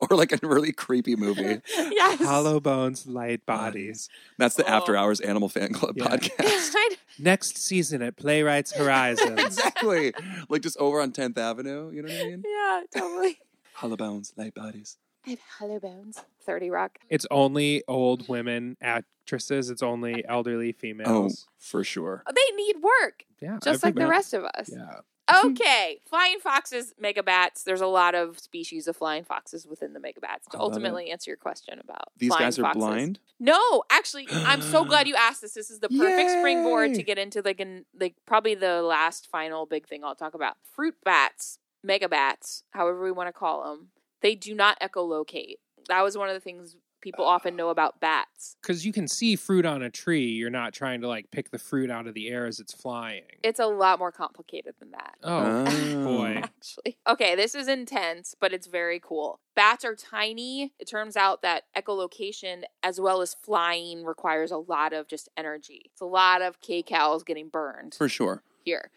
Speaker 4: or like a really creepy movie.
Speaker 2: yes.
Speaker 3: Hollow bones, light bodies.
Speaker 4: That's the
Speaker 2: Oh.
Speaker 4: After Hours Animal Fan Club
Speaker 3: Yeah.
Speaker 4: podcast.
Speaker 3: Next season at Playwrights Horizons.
Speaker 4: exactly. Like just over on Tenth Avenue. You know what I mean?
Speaker 2: yeah, totally.
Speaker 4: Hollow bones, light bodies.
Speaker 2: I have hollow bones. 30 Rock.
Speaker 3: it's only old women actresses. It's only
Speaker 2: Uh,
Speaker 3: elderly females.
Speaker 4: Oh, for sure.
Speaker 2: They need work,
Speaker 3: yeah,
Speaker 2: just like the
Speaker 3: everybody-
Speaker 2: rest of us.
Speaker 3: Yeah,
Speaker 4: Mm-hmm.
Speaker 2: Okay, flying foxes, megabats. There's a lot of species of flying foxes within the megabats. To
Speaker 4: I love
Speaker 2: ultimately answer your question about
Speaker 4: These
Speaker 2: flying
Speaker 4: guys are
Speaker 2: foxes.
Speaker 4: blind.
Speaker 2: No, actually, I'm so glad you asked this. This is the perfect springboard to
Speaker 4: Yay!
Speaker 2: get into like an, like probably the last final big thing I'll talk about. Fruit bats, megabats, however we want to call them. They do not echolocate. That was one of the things people often
Speaker 4: Ah.
Speaker 2: know about bats.
Speaker 3: because you can see fruit on a tree. You're not trying to like pick the fruit out of the air as it's flying.
Speaker 2: It's a lot more complicated than that.
Speaker 3: oh,
Speaker 4: Uh-huh.
Speaker 3: boy.
Speaker 2: actually. Okay, this is intense, but it's very cool. Bats are tiny. It turns out that echolocation, as well as flying, requires a lot of just energy. It's a lot of K-cows getting burned
Speaker 4: For sure.
Speaker 2: here.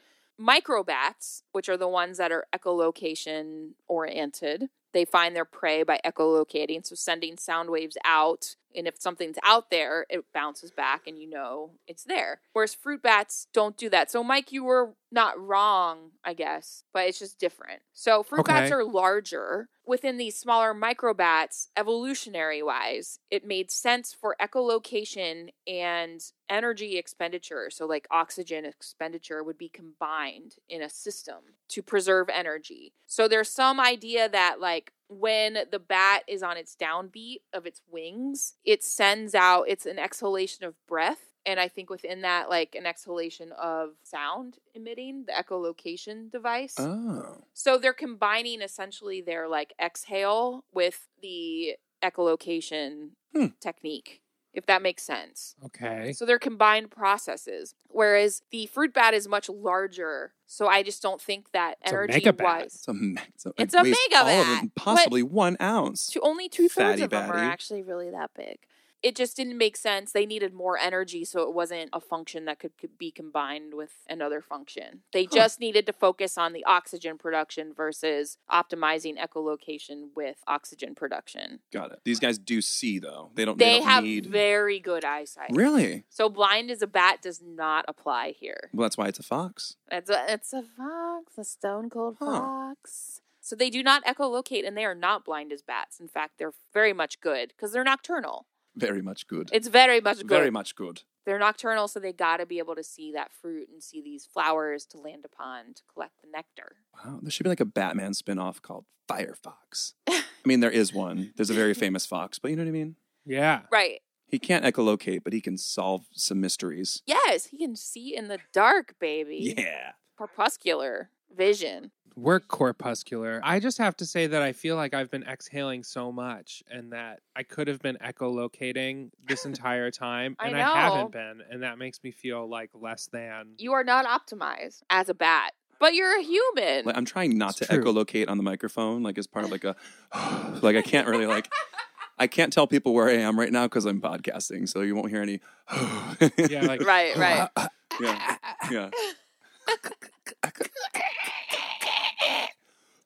Speaker 2: Microbats, which are the ones that are echolocation oriented, they find their prey by echolocating, so sending sound waves out And if something's out there, it bounces back and you know it's there. Whereas fruit bats don't do that. So, Mike, you were not wrong, I guess, but it's just different. So, fruit bats
Speaker 3: Okay.
Speaker 2: are larger. Within these smaller microbats, evolutionary wise, it made sense for echolocation and energy expenditure. So, like oxygen expenditure would be combined in a system to preserve energy. So, there's some idea that, like, when the bat is on its downbeat of its wings, it sends out, it's an exhalation of breath. And I think within that, like an exhalation of sound emitting, the echolocation device.
Speaker 4: Oh.
Speaker 2: So they're combining essentially their like exhale with the echolocation
Speaker 4: Hmm.
Speaker 2: technique, if that makes sense.
Speaker 3: Okay.
Speaker 2: So they're combined processes. Whereas the fruit bat is much larger. So I just don't think that
Speaker 3: It's a
Speaker 2: energy
Speaker 3: mega bat.
Speaker 2: wise.
Speaker 4: It's a me- it's a,
Speaker 2: It's
Speaker 4: it
Speaker 2: a
Speaker 4: weighs
Speaker 2: mega
Speaker 4: all of
Speaker 2: bat,
Speaker 4: it,
Speaker 2: but-
Speaker 4: possibly one ounce.
Speaker 2: Two, only two thirds
Speaker 4: Fatty
Speaker 2: of them are
Speaker 4: batty.
Speaker 2: actually really that big. It just didn't make sense. They needed more energy, so it wasn't a function that could, could be combined with another function. They
Speaker 4: Huh.
Speaker 2: just needed to focus on the oxygen production versus optimizing echolocation with oxygen production.
Speaker 4: Got it. These guys do see though. They don't. They,
Speaker 2: They,
Speaker 4: don't
Speaker 2: have
Speaker 4: need...
Speaker 2: very good eyesight.
Speaker 4: really.
Speaker 2: So blind as a bat does not apply here.
Speaker 4: Well, that's why it's a fox.
Speaker 2: It's a, it's a fox, a stone cold
Speaker 4: Huh.
Speaker 2: fox. So they do not echolocate, and they are not blind as bats. In fact, they're very much good because they're nocturnal.
Speaker 4: Very much good.
Speaker 2: It's very much good.
Speaker 4: Very much good.
Speaker 2: They're nocturnal, so they got to be able to see that fruit and see these flowers to land upon to collect the nectar.
Speaker 4: Wow. There should be like a Batman spin-off called Firefox. I mean, there is one. There's a very famous fox, but you know what I mean.
Speaker 3: Yeah.
Speaker 2: Right.
Speaker 4: He can't echolocate, but he can solve some mysteries.
Speaker 2: Yes, he can see in the dark, baby.
Speaker 4: Yeah.
Speaker 2: Corpuscular vision.
Speaker 3: We're corpuscular. I just have to say that I feel like I've been exhaling so much and that I could have been echolocating this entire time
Speaker 2: I
Speaker 3: and
Speaker 2: know.
Speaker 3: I haven't been. And that makes me feel like less than.
Speaker 2: You are not optimized as a bat, but you're a human.
Speaker 4: Like, I'm trying not
Speaker 3: It's
Speaker 4: to
Speaker 3: true.
Speaker 4: echolocate on the microphone, like as part of like a, like I can't really like, I can't tell people where I am right now because I'm podcasting, so you won't hear any.
Speaker 3: Yeah, like
Speaker 2: right, right.
Speaker 4: yeah, yeah.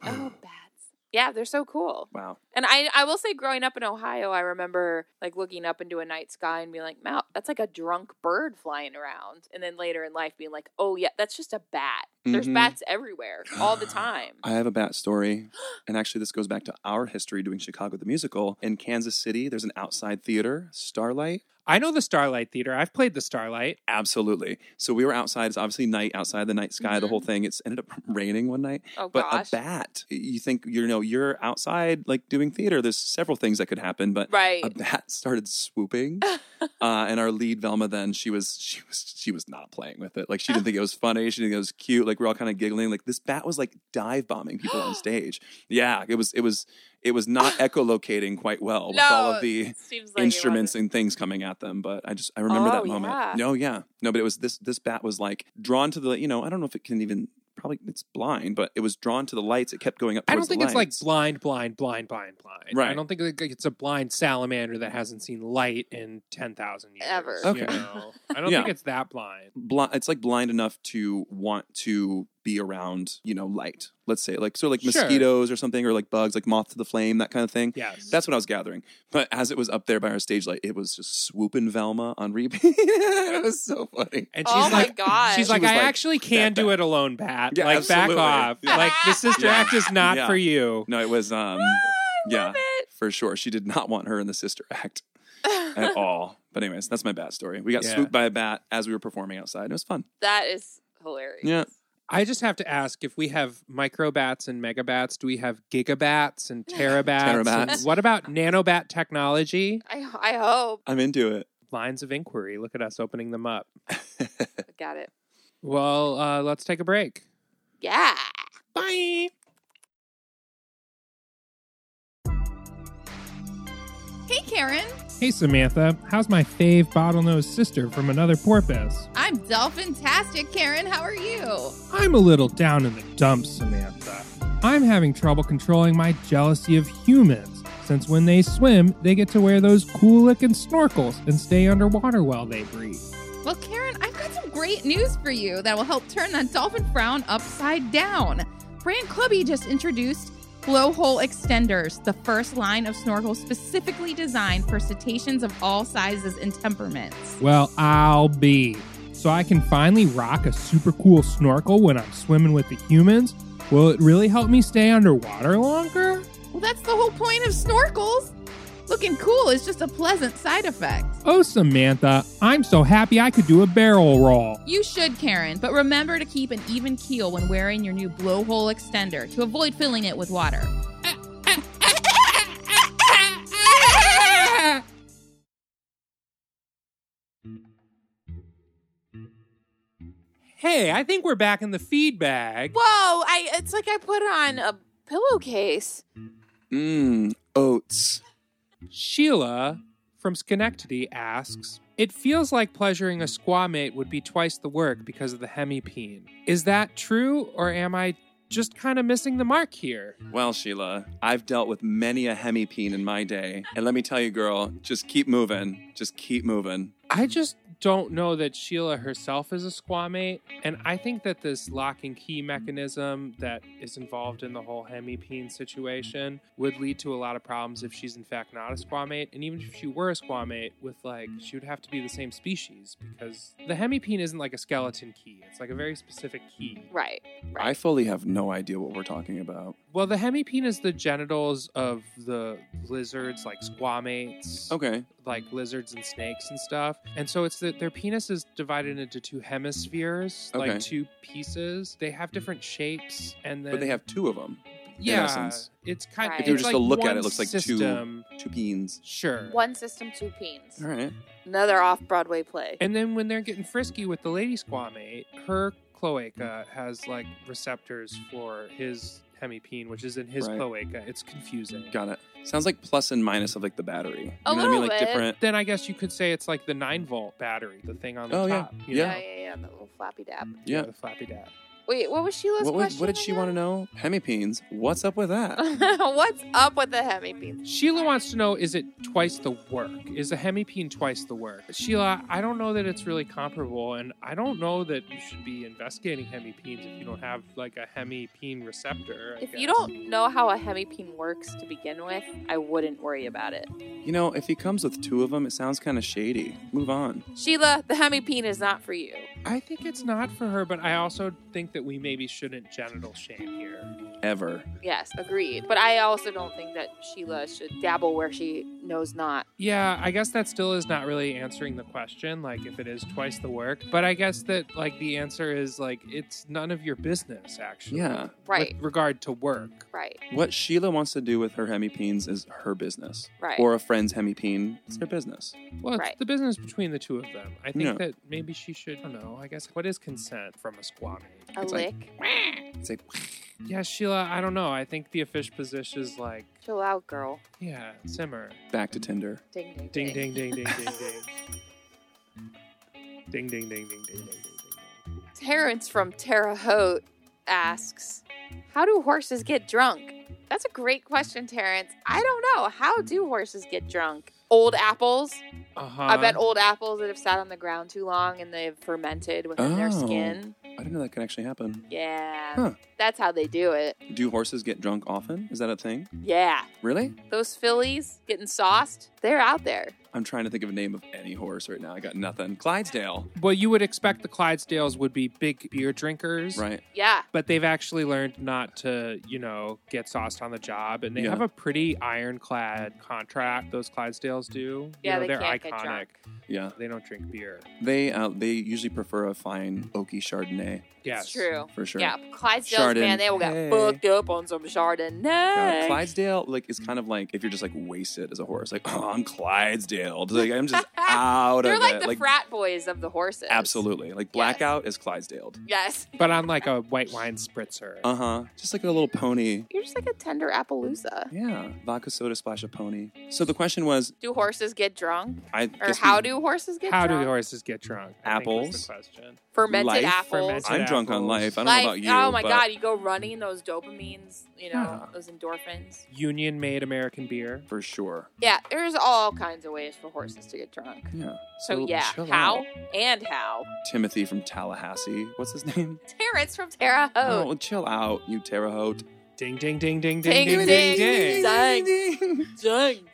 Speaker 2: oh, bats. Yeah, they're so cool.
Speaker 4: Wow.
Speaker 2: And I, I will say, growing up in Ohio, I remember like looking up into a night sky and being like, "Wow, that's like a drunk bird flying around." And then later in life, being like, "Oh yeah, that's just a bat. There's
Speaker 4: Mhm.
Speaker 2: bats everywhere all the time."
Speaker 4: I have a bat story. And actually, this goes back to our history doing Chicago the Musical. In Kansas City, there's an outside theater, Starlight.
Speaker 3: I know the Starlight Theater. I've played the Starlight.
Speaker 4: Absolutely. So we were outside. It's obviously night outside the night sky,
Speaker 3: Mm-hmm.
Speaker 4: the
Speaker 2: Mhm.
Speaker 4: whole thing. It's ended up raining one night.
Speaker 2: oh
Speaker 4: But
Speaker 2: gosh,
Speaker 4: a bat, you think, you know, you're outside like doing theater. There's several things that could happen, but
Speaker 2: right?
Speaker 4: a bat started swooping uh, and our lead velma then she was she was she was not playing with it like she didn't think it was funny she didn't think it was cute like we're all kind of giggling like this bat was like dive bombing people on stage yeah it was it was it was not echolocating quite well with all
Speaker 2: No,
Speaker 4: of the
Speaker 2: Seems like it
Speaker 4: instruments
Speaker 2: wasn't.
Speaker 4: and things coming at them but i just i remember
Speaker 2: Oh,
Speaker 4: that moment
Speaker 2: yeah.
Speaker 4: no yeah no but it was this this bat was like drawn to the you know i don't know if it can even probably it's blind but it was drawn to the lights it kept going up
Speaker 3: I don't
Speaker 4: towards the
Speaker 3: think it's like
Speaker 4: lights.
Speaker 3: blind, blind, blind, blind, blind. I
Speaker 4: Right.
Speaker 3: don't think like, it's a blind salamander that hasn't seen light in 10,000 years.
Speaker 2: Ever.
Speaker 3: you
Speaker 4: Okay.
Speaker 3: know? I don't
Speaker 4: Yeah.
Speaker 3: think it's that blind.
Speaker 4: blind it's like blind enough to want to be around you know light let's say like sort of like
Speaker 3: Sure.
Speaker 4: mosquitoes or something or like bugs like moth to the flame that kind of thing
Speaker 3: Yes.
Speaker 4: that's what i was gathering but as it was up there by our stage light it was just swooping velma on repeat it was so funny
Speaker 3: And she's
Speaker 2: Oh my
Speaker 3: like,
Speaker 2: god,
Speaker 3: She's
Speaker 4: She
Speaker 3: like,
Speaker 4: was
Speaker 3: I
Speaker 4: like,
Speaker 3: actually can
Speaker 4: "That
Speaker 3: do
Speaker 4: bad."
Speaker 3: it alone, Pat.
Speaker 4: Yeah,
Speaker 3: like,
Speaker 4: absolutely.
Speaker 3: back off.
Speaker 4: Yeah.
Speaker 3: Like, the sister
Speaker 4: Yeah.
Speaker 3: act is not
Speaker 4: Yeah.
Speaker 3: for you.
Speaker 4: no it was um yeah
Speaker 2: it.
Speaker 4: for sure she did not want her in the sister act at all but anyways that's my bat story we got
Speaker 3: Yeah.
Speaker 4: swooped by a bat as we were performing outside it was fun
Speaker 2: that is hilarious.
Speaker 4: Yeah.
Speaker 3: I just have to ask if we have microbats and megabats, do we have gigabats and terabats?
Speaker 4: Terabats.
Speaker 3: And what about nanobat technology?
Speaker 2: I I hope
Speaker 4: i'm into it
Speaker 3: Lines of inquiry. Look at us opening them up.
Speaker 4: Eh.
Speaker 2: got it.
Speaker 3: Well, uh, let's take a break.
Speaker 2: Yeah.
Speaker 3: Bye.
Speaker 6: Hey, Karen.
Speaker 3: Hey, Samantha. How's my fave bottlenose sister from another porpoise?
Speaker 6: I'm dolphin tastic, Karen. How are you?
Speaker 3: I'm a little down in the dumps, Samantha. I'm having trouble controlling my jealousy of humans, since when they swim, they get to wear those cool looking snorkels and stay underwater while they breathe.
Speaker 6: Well, Karen, I've got some great news for you that will help turn that dolphin frown upside down. Brand Clubby just introduced Blowhole extenders, the first line of snorkels specifically designed for cetaceans of all sizes and temperaments.
Speaker 3: Well, I'll be. So I can finally rock a super cool snorkel when I'm swimming with the humans? Will it really help me stay underwater longer?
Speaker 6: Well, that's the whole point of snorkels. Looking cool is just a pleasant side effect.
Speaker 3: Oh, Samantha, I'm so happy I could do a barrel roll.
Speaker 6: You should, Karen, but remember to keep an even keel when wearing your new blowhole extender to avoid filling it with water.
Speaker 3: Hey, I think we're back in the feed bag.
Speaker 2: Whoa! I it's like I put on a pillowcase.
Speaker 4: Mmm, oats.
Speaker 3: Sheila from Schenectady asks, It feels like pleasuring a squamate would be twice the work because of the hemipene. Is that true, or am I just kind of missing the mark here?
Speaker 4: Well, Sheila, I've dealt with many a hemipene in my day. And let me tell you, girl, just keep moving. Just keep moving.
Speaker 3: I just don't know that Sheila herself is a squamate, and I think that this lock and key mechanism that is involved in the whole hemipene situation would lead to a lot of problems if she's in fact not a squamate, and even if she were a squamate, with like she would have to be the same species because the hemipene isn't like a skeleton key; it's like a very specific key.
Speaker 2: Right.
Speaker 4: I fully have no idea what we're talking about.
Speaker 3: Well, the hemipene is the genitals of the lizards, like squamates.
Speaker 4: Okay.
Speaker 3: like lizards and snakes and stuff. And so it's that their penis is divided into two hemispheres,
Speaker 4: Okay. Mm-hmm.
Speaker 3: like two pieces. They have different shapes, and then
Speaker 4: But they have two of them.
Speaker 3: yeah,
Speaker 4: essence.
Speaker 3: it's kind.
Speaker 2: Right.
Speaker 3: of
Speaker 2: If you were
Speaker 4: just to look at it, it looks like two-
Speaker 3: system.
Speaker 4: Two peens.
Speaker 3: Sure.
Speaker 2: One system, two peens.
Speaker 4: All right.
Speaker 2: Another off-Broadway play.
Speaker 3: And then when they're getting frisky with the lady squamate, her cloaca has like receptors for his hemipene, which is in his
Speaker 4: Right.
Speaker 3: cloaca. It's confusing.
Speaker 4: Got it. Sounds like plus and minus of like the battery. You
Speaker 2: A
Speaker 4: know what I mean?
Speaker 2: little
Speaker 4: Like
Speaker 2: bit.
Speaker 4: different.
Speaker 3: Then I guess you could say it's like the nine volt battery, the thing on the
Speaker 4: Oh, yeah.
Speaker 3: top. you
Speaker 4: Yeah.
Speaker 2: yeah,
Speaker 3: know?
Speaker 2: yeah, yeah. That little flappy dab.
Speaker 4: Yeah.
Speaker 3: The flappy dab.
Speaker 2: Wait, what was Sheila's
Speaker 4: What, was,
Speaker 2: question? Uh.
Speaker 4: what did she want to know? Hemipenes. What's up with that?
Speaker 2: What's up with the hemi beans?
Speaker 3: Sheila wants to know is it twice the work? Is a hemipene twice the work? Sheila, I don't know that it's really comparable, and I don't know that you should be investigating hemipenes if you don't have like a hemipene receptor. I
Speaker 2: If
Speaker 3: guess.
Speaker 2: you don't know how a hemi peen works to begin with, I wouldn't worry about it.
Speaker 4: You know, if he comes with two of them, it sounds kind of shady. Move on.
Speaker 2: Sheila, the hemi peen is not for you.
Speaker 3: I think it's not for her, but I also think that we maybe shouldn't genital shame here.
Speaker 4: Ever.
Speaker 2: Yes, agreed. But I also don't think that Sheila should dabble where she knows not.
Speaker 3: Yeah, I guess that still is not really answering the question, like if it is twice the work. But I guess that like the answer is like it's none of your business, actually.
Speaker 4: Yeah.
Speaker 2: Right,
Speaker 3: With regard to work.
Speaker 2: right,
Speaker 4: What Sheila wants to do with her hemipenes is her business.
Speaker 2: right.
Speaker 4: Or a friend's hemipene, it's their business.
Speaker 3: Well, it's
Speaker 2: Right.
Speaker 3: the business between the two of them. I think
Speaker 4: Yeah.
Speaker 3: that maybe she should, I don't know, I guess, what is consent from a squamate?
Speaker 2: a
Speaker 4: it's
Speaker 2: lick.
Speaker 4: like- It's like,
Speaker 3: Yeah, Sheila, I don't know. I think the fish position is like,
Speaker 2: Chill out, girl.
Speaker 3: yeah, simmer.
Speaker 4: back to Tinder.
Speaker 2: Ding, ding,
Speaker 3: Ding, ding, ding, ding, ding, ding. Ding, ding, ding, ding, ding, ding, ding, ding.
Speaker 2: Terrence from Terre Haute asks, How do horses get drunk? That's a great question, Terrence. I don't know. How do horses get drunk? Old apples?
Speaker 3: Uh-huh.
Speaker 2: I bet old apples that have sat on the ground too long and they've fermented within their
Speaker 4: Oh.
Speaker 2: skin.
Speaker 4: I didn't know that could actually happen.
Speaker 2: Yeah.
Speaker 4: Huh.
Speaker 2: That's how they do it.
Speaker 4: Do horses get drunk often? Is that a thing?
Speaker 2: Yeah.
Speaker 4: Really?
Speaker 2: Those fillies getting sauced, they're out there.
Speaker 4: I'm trying to think of a name of any horse right now. I got nothing. Clydesdale.
Speaker 3: Well, you would expect the Clydesdales would be big beer drinkers.
Speaker 4: Right.
Speaker 2: Yeah.
Speaker 3: But they've actually learned not to, you know, get sauced on the job. And they
Speaker 4: Yeah.
Speaker 3: have a pretty ironclad contract, those Clydesdales do. You
Speaker 2: Yeah,
Speaker 3: know,
Speaker 2: they
Speaker 3: they're
Speaker 2: can't
Speaker 3: iconic.
Speaker 2: get drunk.
Speaker 4: Yeah.
Speaker 3: They don't drink beer.
Speaker 4: They uh, they usually prefer a fine oaky Chardonnay
Speaker 3: Yes.
Speaker 2: It's true.
Speaker 4: for sure.
Speaker 2: Yeah. Clydesdales, man, they will
Speaker 4: Chardonnay.
Speaker 2: get fucked up on some
Speaker 4: God,
Speaker 2: Chardonnay.
Speaker 4: Clydesdale like is kind of like if you're just like wasted as a horse, like oh I'm Clydesdale, like I'm just out
Speaker 2: they're
Speaker 4: of
Speaker 2: like
Speaker 4: it.
Speaker 2: the frat boys of the horses.
Speaker 4: absolutely, like blackout is Clydesdale.
Speaker 2: Yes.
Speaker 3: But on like a white wine spritzer.
Speaker 4: Uh huh. Just like a little pony.
Speaker 2: You're just like a tender Appaloosa.
Speaker 4: Yeah, vodka soda splash a pony. So the question was,
Speaker 2: Do horses get drunk?
Speaker 4: I
Speaker 2: Or
Speaker 4: guess
Speaker 2: how
Speaker 4: we-
Speaker 2: do horses get
Speaker 3: How do
Speaker 2: drunk?
Speaker 3: horses get drunk? I think was the question.
Speaker 2: Fermented
Speaker 4: Life?
Speaker 2: apples.
Speaker 3: Fermented
Speaker 4: I'm drunk on
Speaker 3: apples.
Speaker 4: life. I don't
Speaker 2: Like,
Speaker 4: know about you.
Speaker 2: oh my
Speaker 4: but
Speaker 2: god, you go running those dopamines, you know,
Speaker 4: Yeah.
Speaker 2: those endorphins.
Speaker 3: Union made American beer.
Speaker 4: for sure.
Speaker 2: Yeah, there's all kinds of ways for horses to get drunk.
Speaker 4: Yeah.
Speaker 2: So, yeah,
Speaker 4: chill
Speaker 2: how
Speaker 4: out.
Speaker 2: and how.
Speaker 4: Timothy from Tallahassee. What's his name?
Speaker 2: Terrence from Terre Haute.
Speaker 4: Oh, chill out, you Terre Haute.
Speaker 3: Ding, ding, ding, ding, ding, ding,
Speaker 2: Ding,
Speaker 3: ding,
Speaker 2: ding,
Speaker 3: ding.
Speaker 2: dang.
Speaker 4: We're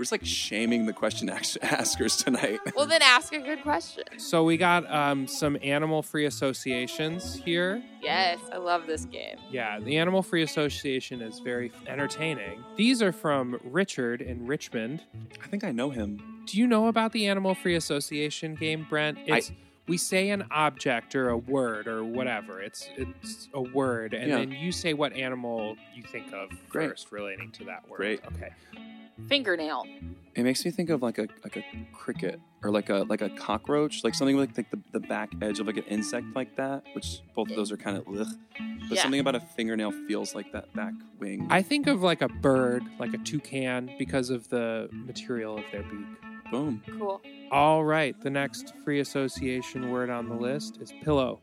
Speaker 4: just like shaming the question ask- askers tonight.
Speaker 2: Well, then ask a good question.
Speaker 3: So we got um, some animal-free associations here.
Speaker 2: Yes, I love this game.
Speaker 3: Yeah, the Animal Free Association is very entertaining. These are from Richard in Richmond.
Speaker 4: I think I know him.
Speaker 3: Do you know about the Animal Free Association game, Brent? It's we say an object or a word or whatever. It's it's a word, and
Speaker 4: Yeah.
Speaker 3: then you say what animal you think of
Speaker 4: Great.
Speaker 3: first relating to that word.
Speaker 4: Great.
Speaker 3: Okay.
Speaker 2: Fingernail.
Speaker 4: It makes me think of like a like a cricket or like a like a cockroach, like something with like the, the back edge of like an insect like that. Which both of those are kind of ugh. But
Speaker 2: Yeah.
Speaker 4: something about a fingernail feels like that back wing.
Speaker 3: I think of like a bird, like a toucan, because of the material of their beak.
Speaker 4: Boom.
Speaker 2: Cool.
Speaker 3: All right, the next free association word on the list is pillow.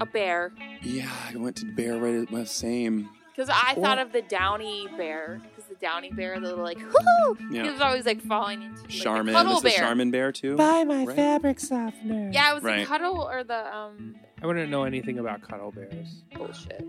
Speaker 2: A bear.
Speaker 4: Yeah, I went to bear right at my same.
Speaker 2: Because I
Speaker 4: Or-
Speaker 2: thought of the downy bear. Because the downy bear, the little like, hoo He
Speaker 4: Yeah.
Speaker 2: was always like falling into like,
Speaker 4: Charmin.
Speaker 2: the cuddle
Speaker 4: Is the
Speaker 2: bear.
Speaker 4: Charmin bear too?
Speaker 1: my
Speaker 4: Right.
Speaker 1: fabric softener.
Speaker 2: Yeah, it was
Speaker 4: Right.
Speaker 2: the cuddle or the um
Speaker 3: I wouldn't know anything about cuddle bears.
Speaker 2: bullshit.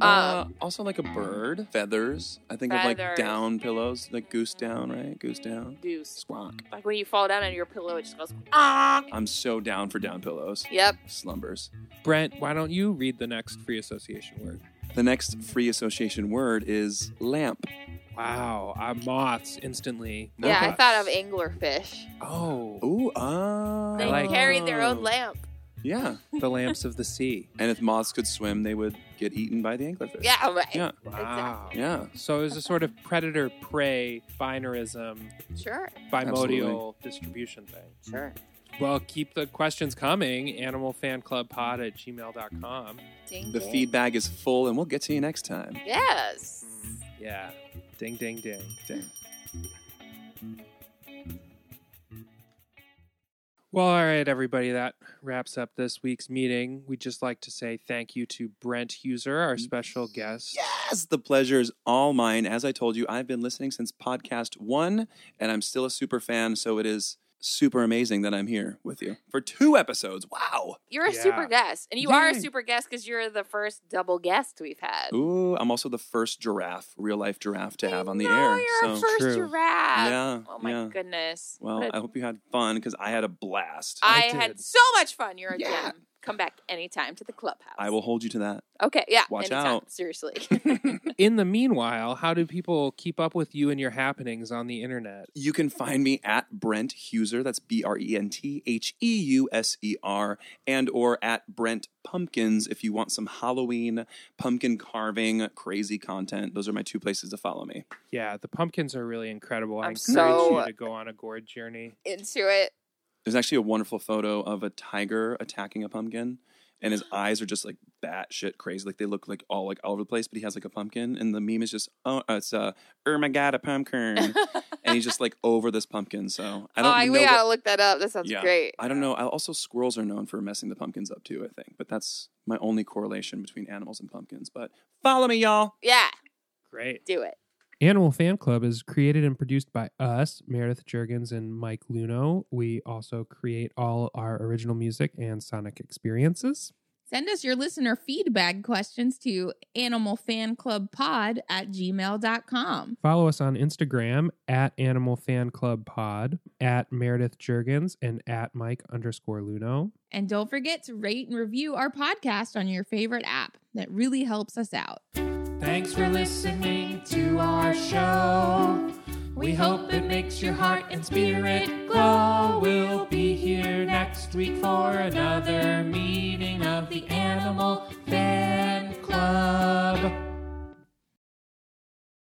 Speaker 4: Uh,
Speaker 2: Um,
Speaker 4: also like a bird. Feathers. I think of like
Speaker 2: Feathers.
Speaker 4: down pillows, like goose down, right? Goose down.
Speaker 2: Deuce.
Speaker 4: Squawk.
Speaker 2: Like when you fall down on your pillow, it just goes. "Honk."
Speaker 4: I'm so down for down pillows.
Speaker 2: Yep.
Speaker 4: Slumbers.
Speaker 3: Brent, why don't you read the next free association word?
Speaker 4: The next free association word is lamp.
Speaker 3: Wow, uh, moths instantly.
Speaker 2: Yeah, I
Speaker 4: Moths.
Speaker 2: thought of anglerfish.
Speaker 3: Oh,
Speaker 4: Ooh, ah.
Speaker 2: They
Speaker 3: like-
Speaker 2: carried their own lamp.
Speaker 4: Yeah.
Speaker 3: the lamps of the sea.
Speaker 4: And if moths could swim, they would get eaten by the anglerfish.
Speaker 2: Yeah, right.
Speaker 4: Yeah.
Speaker 3: Wow.
Speaker 4: Yeah.
Speaker 3: So it was a sort of predator prey binarism,
Speaker 2: Sure.
Speaker 3: bimodial distribution thing.
Speaker 2: Sure.
Speaker 3: Well, keep the questions coming. Animalfanclubpod at gmail.com.
Speaker 2: Ding,
Speaker 4: The
Speaker 2: ding.
Speaker 4: feed bag is full, and we'll get to you next time.
Speaker 2: Yes.
Speaker 3: Yeah. Ding, ding, ding.
Speaker 4: Dang.
Speaker 3: Well, all right, everybody. That wraps up this week's meeting. We'd just like to say thank you to Brent Huser, our special guest.
Speaker 4: Yes, the pleasure is all mine. As I told you, I've been listening since podcast one, and I'm still a super fan. So it is super amazing that I'm here with you for two episodes. Wow.
Speaker 2: You're a
Speaker 3: Yeah.
Speaker 2: super guest, and you are a
Speaker 4: Yay.
Speaker 2: super guest because you're the first double guest we've had.
Speaker 4: Ooh, I'm also the first giraffe, real life giraffe, to
Speaker 2: I
Speaker 4: have on the
Speaker 2: know,
Speaker 4: air.
Speaker 2: You're
Speaker 4: so
Speaker 2: a first
Speaker 3: True.
Speaker 2: giraffe.
Speaker 4: yeah,
Speaker 2: Oh my
Speaker 4: yeah.
Speaker 2: goodness.
Speaker 4: Well,
Speaker 2: What a-
Speaker 4: I hope you had fun because I had a blast.
Speaker 3: I
Speaker 2: I,
Speaker 3: did.
Speaker 2: had so much fun. You're a
Speaker 4: Yeah.
Speaker 2: gem. Come back anytime to the clubhouse.
Speaker 4: I will hold you to that.
Speaker 2: Okay. Yeah.
Speaker 4: Watch
Speaker 2: anytime.
Speaker 4: out.
Speaker 2: Seriously.
Speaker 3: In the meanwhile, how do people keep up with you and your happenings on the internet?
Speaker 4: You can find me at Brent Huser. That's B R E N T H E U S E R, and or at Brent Pumpkins if you want some Halloween pumpkin carving crazy content. Those are my two places to follow me.
Speaker 3: Yeah, the pumpkins are really incredible. I
Speaker 2: I'm
Speaker 3: encourage
Speaker 2: so-
Speaker 3: you to go on a gourd journey.
Speaker 2: Into it.
Speaker 4: There's actually a wonderful photo of a tiger attacking a pumpkin, and his eyes are just like batshit crazy. Like they look like all like all over the place, but he has like a pumpkin, and the meme is just oh, uh, it's uh, oh my god, a pumpkin, and he's just like over this pumpkin. So I don't
Speaker 2: oh,
Speaker 4: know.
Speaker 2: we
Speaker 4: what-
Speaker 2: gotta look that up. That sounds
Speaker 4: Yeah.
Speaker 2: great.
Speaker 4: I don't know. I- Also, squirrels are known for messing the pumpkins up too. I think, but that's my only correlation between animals and pumpkins. But follow me, y'all.
Speaker 2: Yeah.
Speaker 3: Great.
Speaker 2: Do it.
Speaker 3: Animal Fan Club is created and produced by us, Meredith Jurgens and Mike Luno. We also create all our original music and sonic experiences.
Speaker 6: Send us your listener feedback questions to animalfanclubpod at gmail.com.
Speaker 3: Follow us on Instagram at Animal Fan Club Pod, at Meredith Jurgens, and at Mike underscore Luno.
Speaker 6: And don't forget to rate and review our podcast on your favorite app. That really helps us out.
Speaker 1: Thanks for listening to our show. We hope it makes your heart and spirit glow. We'll be here next week for another meeting